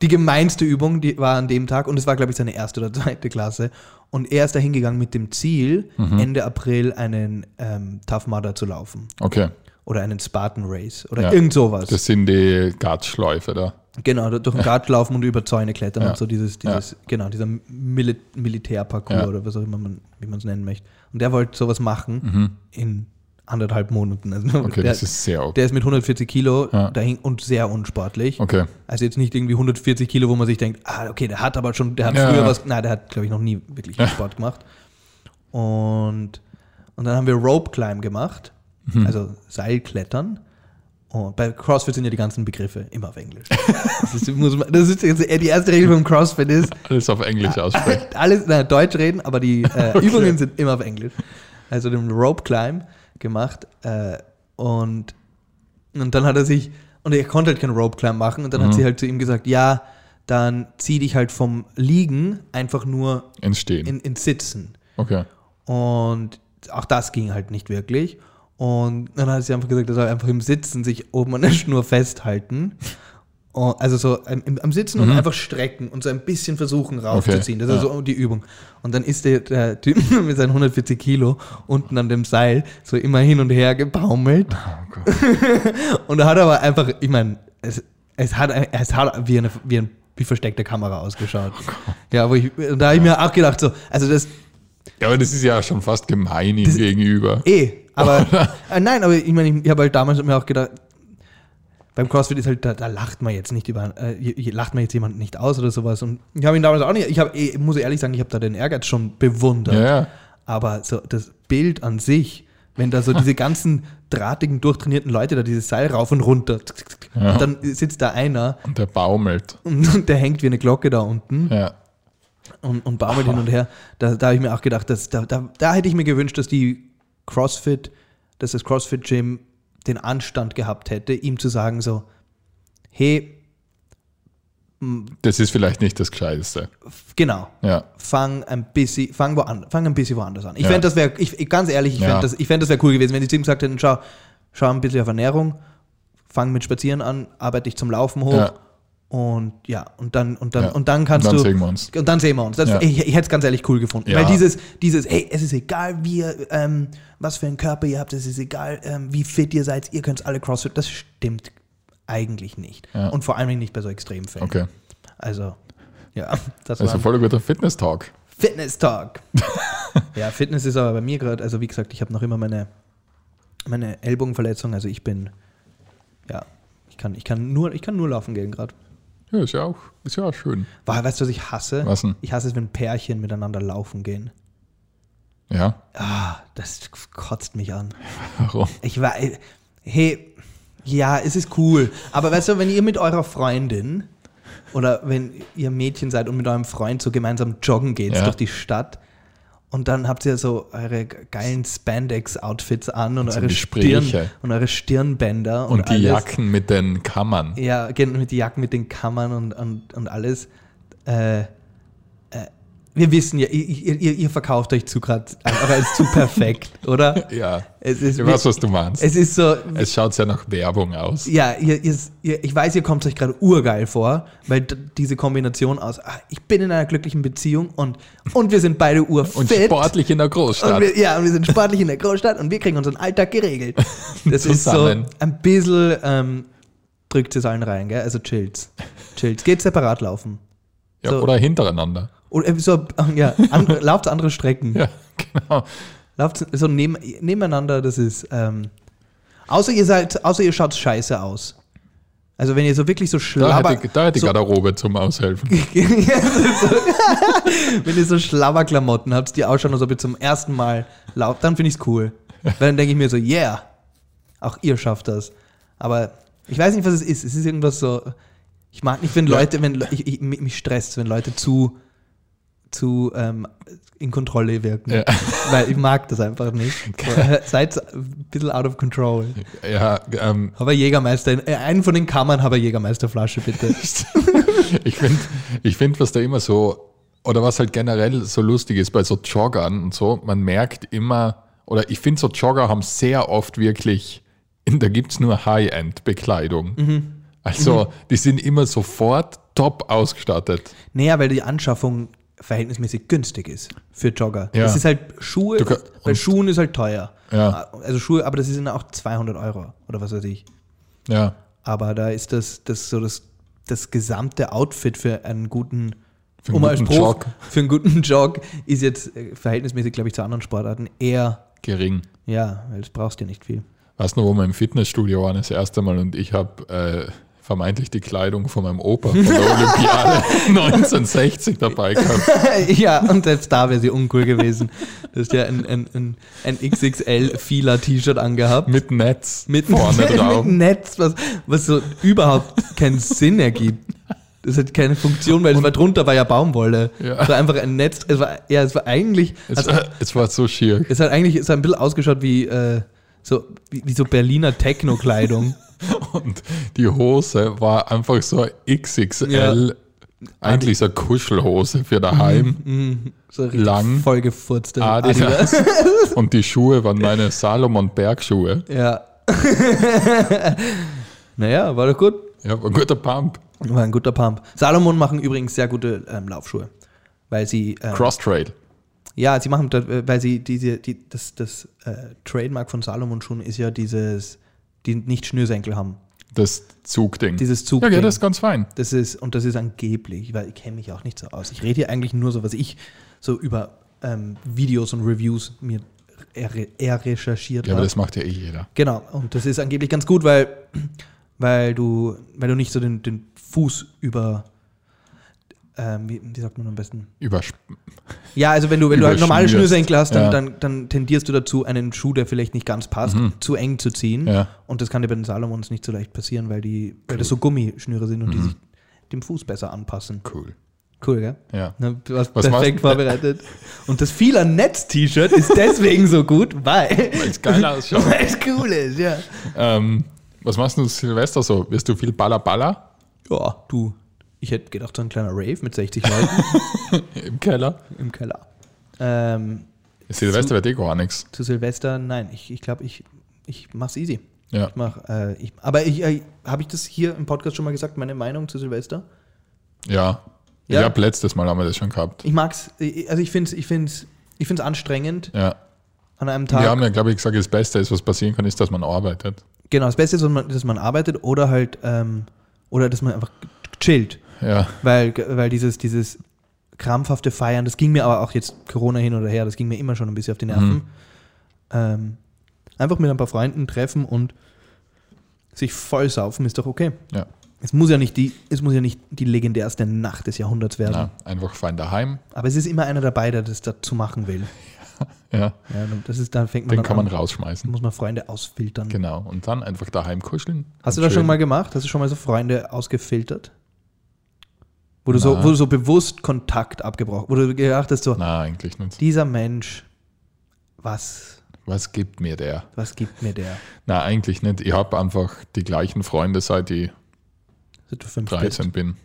Speaker 1: die gemeinste Übung, die war an dem Tag und es war, glaube ich, seine erste oder zweite Klasse und er ist da hingegangen mit dem Ziel,
Speaker 2: Mhm.
Speaker 1: Ende April einen ähm, Tough Mudder zu laufen
Speaker 2: Okay.
Speaker 1: oder einen Spartan Race oder
Speaker 2: Ja.
Speaker 1: irgend sowas.
Speaker 2: Das sind die Guardschläufe da.
Speaker 1: Genau, durch den Garten laufen und über Zäune klettern
Speaker 2: Ja.
Speaker 1: und so dieses, dieses genau, dieser Mili Militärparcours
Speaker 2: Ja.
Speaker 1: oder was auch immer man, wie man es nennen möchte. Und der wollte sowas machen in anderthalb Monaten. Also
Speaker 2: Mhm. Okay,
Speaker 1: der,
Speaker 2: das ist sehr okay.
Speaker 1: der ist mit 140 Kilo
Speaker 2: Ja.
Speaker 1: dahin und sehr unsportlich.
Speaker 2: Okay.
Speaker 1: Also jetzt nicht irgendwie 140 Kilo, wo man sich denkt, ah, okay, der hat aber schon, der hat
Speaker 2: Ja.
Speaker 1: früher was, nein, der hat, glaube ich, noch nie wirklich Sport gemacht. Und, und dann haben wir Rope Climb gemacht,
Speaker 2: Mhm.
Speaker 1: also Seilklettern. Und bei CrossFit sind ja die ganzen Begriffe immer auf Englisch. Das ist, muss man, das ist jetzt die erste Regel beim CrossFit ist,
Speaker 2: Alles auf Englisch aussprechen.
Speaker 1: alles na, Deutsch reden, aber die äh, Übungen sind immer auf Englisch. Also den Rope Climb gemacht äh, und, und dann hat er sich, und er konnte halt keinen Rope Climb machen und dann hat sie halt zu ihm gesagt, ja, dann zieh dich halt vom Liegen einfach nur
Speaker 2: Entstehen.
Speaker 1: in, ins Sitzen.
Speaker 2: okay.
Speaker 1: Und auch das ging halt nicht wirklich. Und dann hat sie einfach gesagt, er soll einfach im Sitzen sich oben an der Schnur festhalten. Und also so am, im- am Sitzen
Speaker 2: Mhm.
Speaker 1: und einfach strecken und so ein bisschen versuchen raufzuziehen. Das ist
Speaker 2: ja.
Speaker 1: so die Übung. Und dann ist der, der Typ mit seinen 140 Kilo unten an dem Seil so immer hin und her gebaumelt.
Speaker 2: Oh Gott.
Speaker 1: Und er hat aber einfach, ich meine, es, es, hat, es hat wie, eine, wie ein wie versteckte Kamera ausgeschaut.
Speaker 2: Oh
Speaker 1: ja, wo ich, und da habe ich mir auch gedacht, so, also das,
Speaker 2: Ja, aber das ist ja schon fast gemein ihm gegenüber.
Speaker 1: eh, aber, äh, nein, aber ich meine, ich, ich habe halt damals mir auch gedacht, beim CrossFit ist halt, da, da lacht man jetzt nicht über, äh, je- je- lacht man jetzt jemanden nicht aus oder sowas. Und ich habe ihn damals auch nicht, ich habe, eh, muss ich ehrlich sagen, ich habe da den Ehrgeiz schon bewundert.
Speaker 2: Ja, ja.
Speaker 1: Aber so das Bild an sich, wenn da so diese ganzen drahtigen, durchtrainierten Leute da dieses Seil rauf und runter, tsk, tsk, tsk,
Speaker 2: Ja.
Speaker 1: und dann sitzt da einer
Speaker 2: Und der baumelt.
Speaker 1: und, und der hängt wie eine Glocke da unten
Speaker 2: Ja.
Speaker 1: und, und baumelt hin und her. Da, da habe ich mir auch gedacht, dass, da, da, da hätte ich mir gewünscht, dass die CrossFit, dass das CrossFit-Gym den Anstand gehabt hätte, ihm zu sagen so, hey,
Speaker 2: Das ist vielleicht nicht das Gescheiteste.
Speaker 1: f- genau,
Speaker 2: Ja.
Speaker 1: fang ein bisschen, fang, woanders, fang ein bisschen woanders an. Ich
Speaker 2: Ja.
Speaker 1: fände das wäre, ich, ich- ganz ehrlich, ich
Speaker 2: Ja.
Speaker 1: fänd das, ich fänd das wäre cool gewesen, wenn die zu ihm gesagt hätten, schau, schau ein bisschen auf Ernährung, fang mit Spazieren an, arbeite dich zum Laufen hoch
Speaker 2: Ja.
Speaker 1: und ja, und dann, und dann,
Speaker 2: Ja.
Speaker 1: und dann kannst
Speaker 2: Dann
Speaker 1: du.
Speaker 2: sehen wir uns.
Speaker 1: Und dann sehen wir uns. Das,
Speaker 2: Ja.
Speaker 1: Ich, ich hätte es ganz ehrlich cool gefunden.
Speaker 2: Ja.
Speaker 1: Weil dieses, dieses, hey, es ist egal, wie ihr, ähm, was für einen Körper ihr habt, es ist egal, ähm, wie fit ihr seid, ihr könnt alle CrossFit, das stimmt eigentlich nicht.
Speaker 2: Ja.
Speaker 1: Und vor allem nicht bei so Extremfällen.
Speaker 2: Okay.
Speaker 1: Also, ja, das
Speaker 2: Also
Speaker 1: war
Speaker 2: voll guter Fitness-Talk.
Speaker 1: Fitness Talk. ja, Fitness ist aber bei mir gerade, also wie gesagt, ich habe noch immer meine, meine Ellbogenverletzung, also ich bin, ja, ich kann, ich kann nur, ich kann nur laufen gehen gerade.
Speaker 2: Ja, ist ja auch, ist ja auch schön.
Speaker 1: Wa- Weißt du, was ich hasse?
Speaker 2: Was denn?
Speaker 1: Ich hasse es, wenn Pärchen miteinander laufen gehen.
Speaker 2: Ja.
Speaker 1: Ah, das kotzt mich an.
Speaker 2: Warum?
Speaker 1: Ich war, hey, ja, es ist cool, aber weißt du, wenn ihr mit eurer Freundin oder wenn ihr Mädchen seid und mit eurem Freund so gemeinsam joggen geht
Speaker 2: Ja.
Speaker 1: durch die Stadt und dann habt ihr so eure geilen Spandex-Outfits an und,
Speaker 2: so
Speaker 1: eure
Speaker 2: Gespräche.
Speaker 1: Stirn und eure Stirnbänder und,
Speaker 2: Und die
Speaker 1: alles.
Speaker 2: Jacken mit den Kammern.
Speaker 1: Ja, genau, mit die Jacken mit den Kammern und, und, und alles. Äh, äh, wir wissen ja, ihr, ihr, ihr verkauft euch zu gerade einfach als zu perfekt, oder?
Speaker 2: Ja.
Speaker 1: Es ist,
Speaker 2: Ich weiß, was du meinst.
Speaker 1: es ist so,
Speaker 2: Es schaut ja nach Werbung aus.
Speaker 1: ja, ihr, ihr, ihr, ich weiß, ihr kommt euch gerade urgeil vor, weil d- diese Kombination aus, ah, ich bin in einer glücklichen Beziehung und, und wir sind beide urfit.
Speaker 2: Und sportlich in der
Speaker 1: Und
Speaker 2: Großstadt.
Speaker 1: wir, ja, und wir sind sportlich in der Großstadt und wir kriegen unseren Alltag geregelt. Das ist so
Speaker 2: Zusammen.
Speaker 1: ein bisschen, ähm, drückt es allen rein, gell? Also chillt. Chillt. Geht separat laufen.
Speaker 2: Ja,
Speaker 1: so.
Speaker 2: Oder hintereinander.
Speaker 1: Oder äh, so, ja, andere, lauft andere Strecken.
Speaker 2: Ja, genau.
Speaker 1: Lauft so neben, nebeneinander, das ist. Ähm, außer ihr seid, außer ihr schaut scheiße aus. Also wenn ihr so wirklich so
Speaker 2: Da
Speaker 1: schlabber.
Speaker 2: hätte, ich- da hätte ich
Speaker 1: so,
Speaker 2: Garderobe zum Aushelfen.
Speaker 1: wenn ihr so Schlabberklamotten habt, die ausschauen, als ob ihr zum ersten Mal lauft, dann finde ich es cool. Weil dann denke ich mir so, yeah, auch ihr schafft das. Aber ich weiß nicht, was es ist. Es ist irgendwas so. Ich mag nicht, wenn Leute, wenn Le- ich, ich, mich mich stresst, wenn Leute zu, zu ähm, in Kontrolle wirken.
Speaker 2: Ja.
Speaker 1: Weil ich mag das einfach nicht. So, Seid ein bisschen out of control.
Speaker 2: Ja, ähm,
Speaker 1: Aber Jägermeister, äh, einen von den Kammern habe Jägermeisterflasche, bitte.
Speaker 2: ich finde, ich find, was da immer so, oder was halt generell so lustig ist bei so Joggern und so, man merkt immer, oder ich finde, so Jogger haben sehr oft wirklich, da gibt es nur High-End-Bekleidung.
Speaker 1: Mhm.
Speaker 2: Also, die sind immer sofort top ausgestattet.
Speaker 1: Naja, weil die Anschaffung verhältnismäßig günstig ist für Jogger.
Speaker 2: Ja.
Speaker 1: Es ist halt Schuhe,
Speaker 2: Du ka-
Speaker 1: bei
Speaker 2: und-
Speaker 1: Schuhen ist halt teuer.
Speaker 2: Ja.
Speaker 1: Also Schuhe, aber das sind auch 200 Euro oder was weiß ich.
Speaker 2: Ja,
Speaker 1: Aber da ist das, das so das, das gesamte Outfit für einen guten, um
Speaker 2: Für einen guten Jog.
Speaker 1: für einen guten Jog ist jetzt äh, verhältnismäßig, glaube ich, zu anderen Sportarten eher,
Speaker 2: gering.
Speaker 1: ja, weil das brauchst du nicht viel.
Speaker 2: Weißt du, wo wir im Fitnessstudio waren das erste Mal und ich habe äh, vermeintlich die Kleidung von meinem Opa von der Olympiade 1960 dabei gehabt.
Speaker 1: ja, und selbst da wäre sie uncool gewesen. Du hast ja ein, ein, ein, ein XXL-Fila-T-Shirt angehabt.
Speaker 2: Mit Netz
Speaker 1: mit,
Speaker 2: vorne drauf.
Speaker 1: mit Netz, was, was so überhaupt keinen Sinn ergibt. Das hat keine Funktion, weil es war drunter war ja Baumwolle.
Speaker 2: Ja.
Speaker 1: Es war einfach ein Netz. Es war, ja, es war eigentlich,
Speaker 2: Es,
Speaker 1: also,
Speaker 2: es war so schier.
Speaker 1: es hat eigentlich, es hat ein bisschen ausgeschaut wie, äh, so, wie, wie so Berliner Techno-Kleidung.
Speaker 2: Und die Hose war einfach so eine XXL, eigentlich so eine Kuschelhose für daheim.
Speaker 1: So richtig
Speaker 2: Lang.
Speaker 1: vollgefurzte
Speaker 2: Adidas. Und die Schuhe waren meine Salomon-Bergschuhe.
Speaker 1: Ja. naja, war doch gut.
Speaker 2: Ja, war ein guter Pump.
Speaker 1: War ein guter Pump. Salomon machen übrigens sehr gute ähm, Laufschuhe. Weil sie ähm,
Speaker 2: Cross-Trail.
Speaker 1: Ja, sie machen, das, äh, weil sie diese, die, das, das äh, Trademark von Salomon Schuhen ist ja dieses, die nicht Schnürsenkel haben.
Speaker 2: Das Zugding.
Speaker 1: Dieses Zug.
Speaker 2: ja, geht das ist ganz fein.
Speaker 1: Das ist, und das ist angeblich, weil ich kenne mich auch nicht so aus. Ich rede hier eigentlich nur so, was ich so über ähm, Videos und Reviews mir er, er recherchiert
Speaker 2: Ja, aber
Speaker 1: habe.
Speaker 2: das macht ja eh jeder.
Speaker 1: Genau, und das ist angeblich ganz gut, weil, weil, du, weil du nicht so den, den Fuß über. Ähm, wie, wie sagt man am besten?
Speaker 2: Übersp
Speaker 1: Ja, also wenn du, wenn du halt normale
Speaker 2: Überschnürst.
Speaker 1: Schnürsenkel hast, dann,
Speaker 2: Ja.
Speaker 1: dann, dann tendierst du dazu, einen Schuh, der vielleicht nicht ganz passt, zu eng zu ziehen.
Speaker 2: Mhm. Ja.
Speaker 1: Und das kann dir bei den Salomons nicht so leicht passieren, weil, die, weil das so Gummischnüre sind
Speaker 2: Mhm.
Speaker 1: und die sich dem Fuß besser anpassen.
Speaker 2: Cool.
Speaker 1: Cool, gell?
Speaker 2: Ja.
Speaker 1: Na, du warst
Speaker 2: Was
Speaker 1: perfekt
Speaker 2: machst-
Speaker 1: vorbereitet. Und das Fila Netz T-Shirt ist deswegen so gut, weil
Speaker 2: Weil's geil ausschaut.
Speaker 1: Weil es cool ist, ja.
Speaker 2: Ähm, was machst du Silvester so? Wirst du viel Baller Baller
Speaker 1: Ja, du. Ich hätte gedacht, so ein kleiner Rave mit 60 Leuten
Speaker 2: im Keller?
Speaker 1: im Keller. Ähm,
Speaker 2: Silvester wird eh gar nichts.
Speaker 1: zu Silvester, nein, ich, ich glaube, ich, ich mach's easy.
Speaker 2: Ja.
Speaker 1: Ich mach, äh, ich, aber ich, äh, habe ich das hier im Podcast schon mal gesagt, meine Meinung zu Silvester?
Speaker 2: Ja. Ich
Speaker 1: Ja.
Speaker 2: glaube, letztes Mal haben wir das schon gehabt.
Speaker 1: Ich mag's, ich- also ich find's, ich find's, ich find's anstrengend
Speaker 2: Ja.
Speaker 1: an einem
Speaker 2: Wir
Speaker 1: Tag.
Speaker 2: haben ja, glaube ich, gesagt, das Beste ist, was passieren kann, ist, dass man arbeitet.
Speaker 1: Genau, das Beste ist, dass man, dass man arbeitet oder halt, ähm, oder dass man einfach chillt.
Speaker 2: Ja.
Speaker 1: Weil, weil dieses, dieses krampfhafte Feiern, das ging mir aber auch jetzt Corona hin oder her, das ging mir immer schon ein bisschen auf die
Speaker 2: Mhm.
Speaker 1: Nerven. Ähm, einfach mit ein paar Freunden treffen und sich voll saufen ist doch okay.
Speaker 2: Ja.
Speaker 1: Es muss ja nicht die, es muss ja nicht die legendärste Nacht des Jahrhunderts werden.
Speaker 2: Na, einfach fein daheim.
Speaker 1: Aber es ist immer einer dabei, der das dazu machen will.
Speaker 2: Ja.
Speaker 1: Ja, und das ist, da fängt man
Speaker 2: Den
Speaker 1: dann
Speaker 2: kann man
Speaker 1: an,
Speaker 2: rausschmeißen.
Speaker 1: muss man Freunde ausfiltern.
Speaker 2: Genau. Und dann einfach daheim kuscheln.
Speaker 1: Hast du
Speaker 2: Und
Speaker 1: das schon
Speaker 2: schön-
Speaker 1: mal gemacht? Hast du schon mal so Freunde ausgefiltert? Wo du, so,
Speaker 2: Nein.
Speaker 1: wo du so bewusst Kontakt abgebrochen, wo du gedacht hast, so,
Speaker 2: Na, eigentlich nicht.
Speaker 1: dieser Mensch, was,
Speaker 2: Was gibt mir der?
Speaker 1: was gibt mir der?
Speaker 2: Na, eigentlich nicht. Ich habe einfach die gleichen Freunde, seit ich
Speaker 1: Seit du fünf
Speaker 2: 13 bin.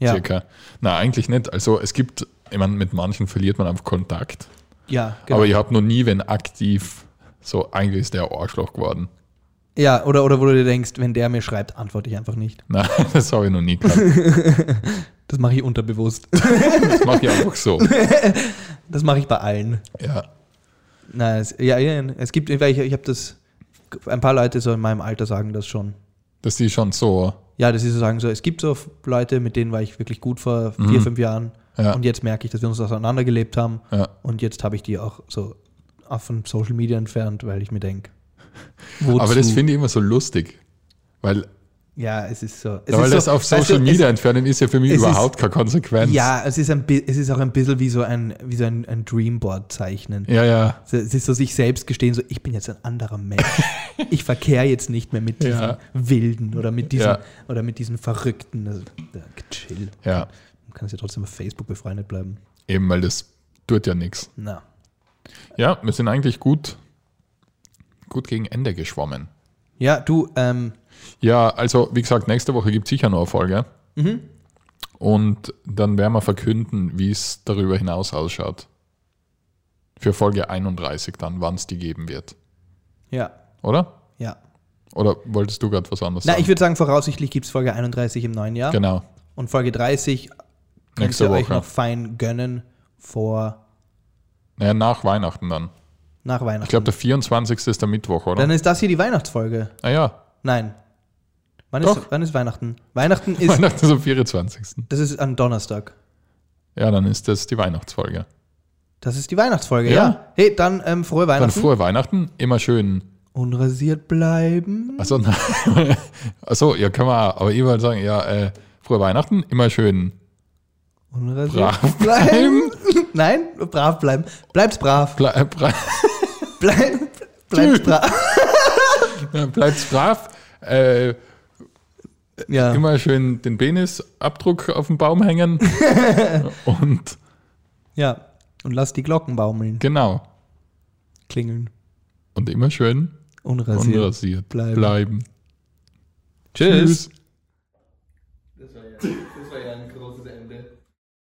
Speaker 1: Ja.
Speaker 2: Circa. Na, eigentlich nicht. Also es gibt, ich meine, mit manchen verliert man einfach Kontakt.
Speaker 1: ja, genau.
Speaker 2: Aber ich habe noch nie, wenn aktiv, so eigentlich ist der Arschloch geworden.
Speaker 1: ja oder, oder wo du dir denkst, wenn der mir schreibt, antworte ich einfach nicht.
Speaker 2: Nein, das habe ich noch nie gehabt.
Speaker 1: Das mache ich unterbewusst.
Speaker 2: Das mache ich einfach so.
Speaker 1: Das mache ich bei allen.
Speaker 2: Ja.
Speaker 1: Nein, es, ja, ja, es gibt, weil ich, ich habe das, ein paar Leute so in meinem Alter sagen das schon.
Speaker 2: Dass die schon so,
Speaker 1: Ja, das ist so sagen so, es gibt so Leute, mit denen war ich wirklich gut vor vier, fünf Jahren.
Speaker 2: Mhm. Ja.
Speaker 1: Und jetzt merke ich, dass wir uns auseinandergelebt haben.
Speaker 2: ja,
Speaker 1: Und jetzt habe ich die auch so von Social Media entfernt, weil ich mir denke,
Speaker 2: Aber das finde ich immer so lustig. Weil,
Speaker 1: Ja, es ist so. Es
Speaker 2: weil
Speaker 1: ist
Speaker 2: das
Speaker 1: so,
Speaker 2: auf Social
Speaker 1: weißt du,
Speaker 2: Media entfernen ist ja für mich
Speaker 1: es ist-
Speaker 2: überhaupt keine Konsequenz.
Speaker 1: Es, ja, es ist, ein, bi- es ist auch ein bisschen wie so ein, wie so ein, ein Dreamboard zeichnen.
Speaker 2: Ja, ja.
Speaker 1: So, Es ist so sich selbst gestehen, so ich bin jetzt ein anderer Mensch. ich verkehre jetzt nicht mehr mit diesen
Speaker 2: Ja.
Speaker 1: Wilden oder mit diesen,
Speaker 2: Ja.
Speaker 1: oder mit diesen Verrückten. Also, ja, chill.
Speaker 2: Ja.
Speaker 1: Du kannst ja trotzdem auf Facebook befreundet bleiben.
Speaker 2: Eben, weil das tut ja nichts.
Speaker 1: Na.
Speaker 2: Ja, wir sind eigentlich gut, gut gegen Ende geschwommen.
Speaker 1: Ja, du, ähm,
Speaker 2: Ja, also wie gesagt, nächste Woche gibt es sicher noch eine Folge.
Speaker 1: mhm.
Speaker 2: Und dann werden wir verkünden, wie es darüber hinaus ausschaut. Für Folge 31 dann, wann es die geben wird.
Speaker 1: ja,
Speaker 2: Oder?
Speaker 1: ja.
Speaker 2: Oder wolltest du gerade was anderes
Speaker 1: Na,
Speaker 2: sagen?
Speaker 1: ich würde sagen, voraussichtlich gibt es Folge 31 im neuen Jahr.
Speaker 2: genau,
Speaker 1: Und Folge 30 könnt
Speaker 2: nächste
Speaker 1: ihr euch
Speaker 2: Woche.
Speaker 1: noch fein gönnen vor
Speaker 2: Naja, nach Weihnachten dann.
Speaker 1: nach Weihnachten.
Speaker 2: Ich glaube, der 24. ist der Mittwoch, oder?
Speaker 1: Dann ist das hier die Weihnachtsfolge.
Speaker 2: ah ja,
Speaker 1: Nein. Wann,
Speaker 2: Doch.
Speaker 1: Ist, wann ist Weihnachten? Weihnachten ist.
Speaker 2: Weihnachten ist am 24.
Speaker 1: Das ist am Donnerstag.
Speaker 2: Ja, dann ist das die Weihnachtsfolge.
Speaker 1: Das ist die Weihnachtsfolge, ja.
Speaker 2: Ja.
Speaker 1: Hey, dann ähm, frohe
Speaker 2: Dann
Speaker 1: Weihnachten.
Speaker 2: frohe Weihnachten, immer schön. Also,
Speaker 1: Unrasiert bleiben.
Speaker 2: Achso, nein. Achso, ja, kann man auch. Aber ich wollte sagen, ja, äh, frohe Weihnachten, immer schön.
Speaker 1: Unrasiert
Speaker 2: Brav
Speaker 1: bleiben. Nein, brav bleiben. Bleib's brav.
Speaker 2: Ble äh, bra
Speaker 1: Bleib, bleib's
Speaker 2: Tschüss.
Speaker 1: brav.
Speaker 2: Bleibt's brav. Äh,
Speaker 1: Ja.
Speaker 2: immer schön den Penisabdruck auf den Baum hängen. Und
Speaker 1: ja. Und lass die Glocken baumeln,
Speaker 2: genau.
Speaker 1: klingeln.
Speaker 2: Und immer schön
Speaker 1: Unrasiert.
Speaker 2: unrasiert
Speaker 1: Bleiben.
Speaker 2: bleiben.
Speaker 1: Tschüss.
Speaker 2: Tschüss.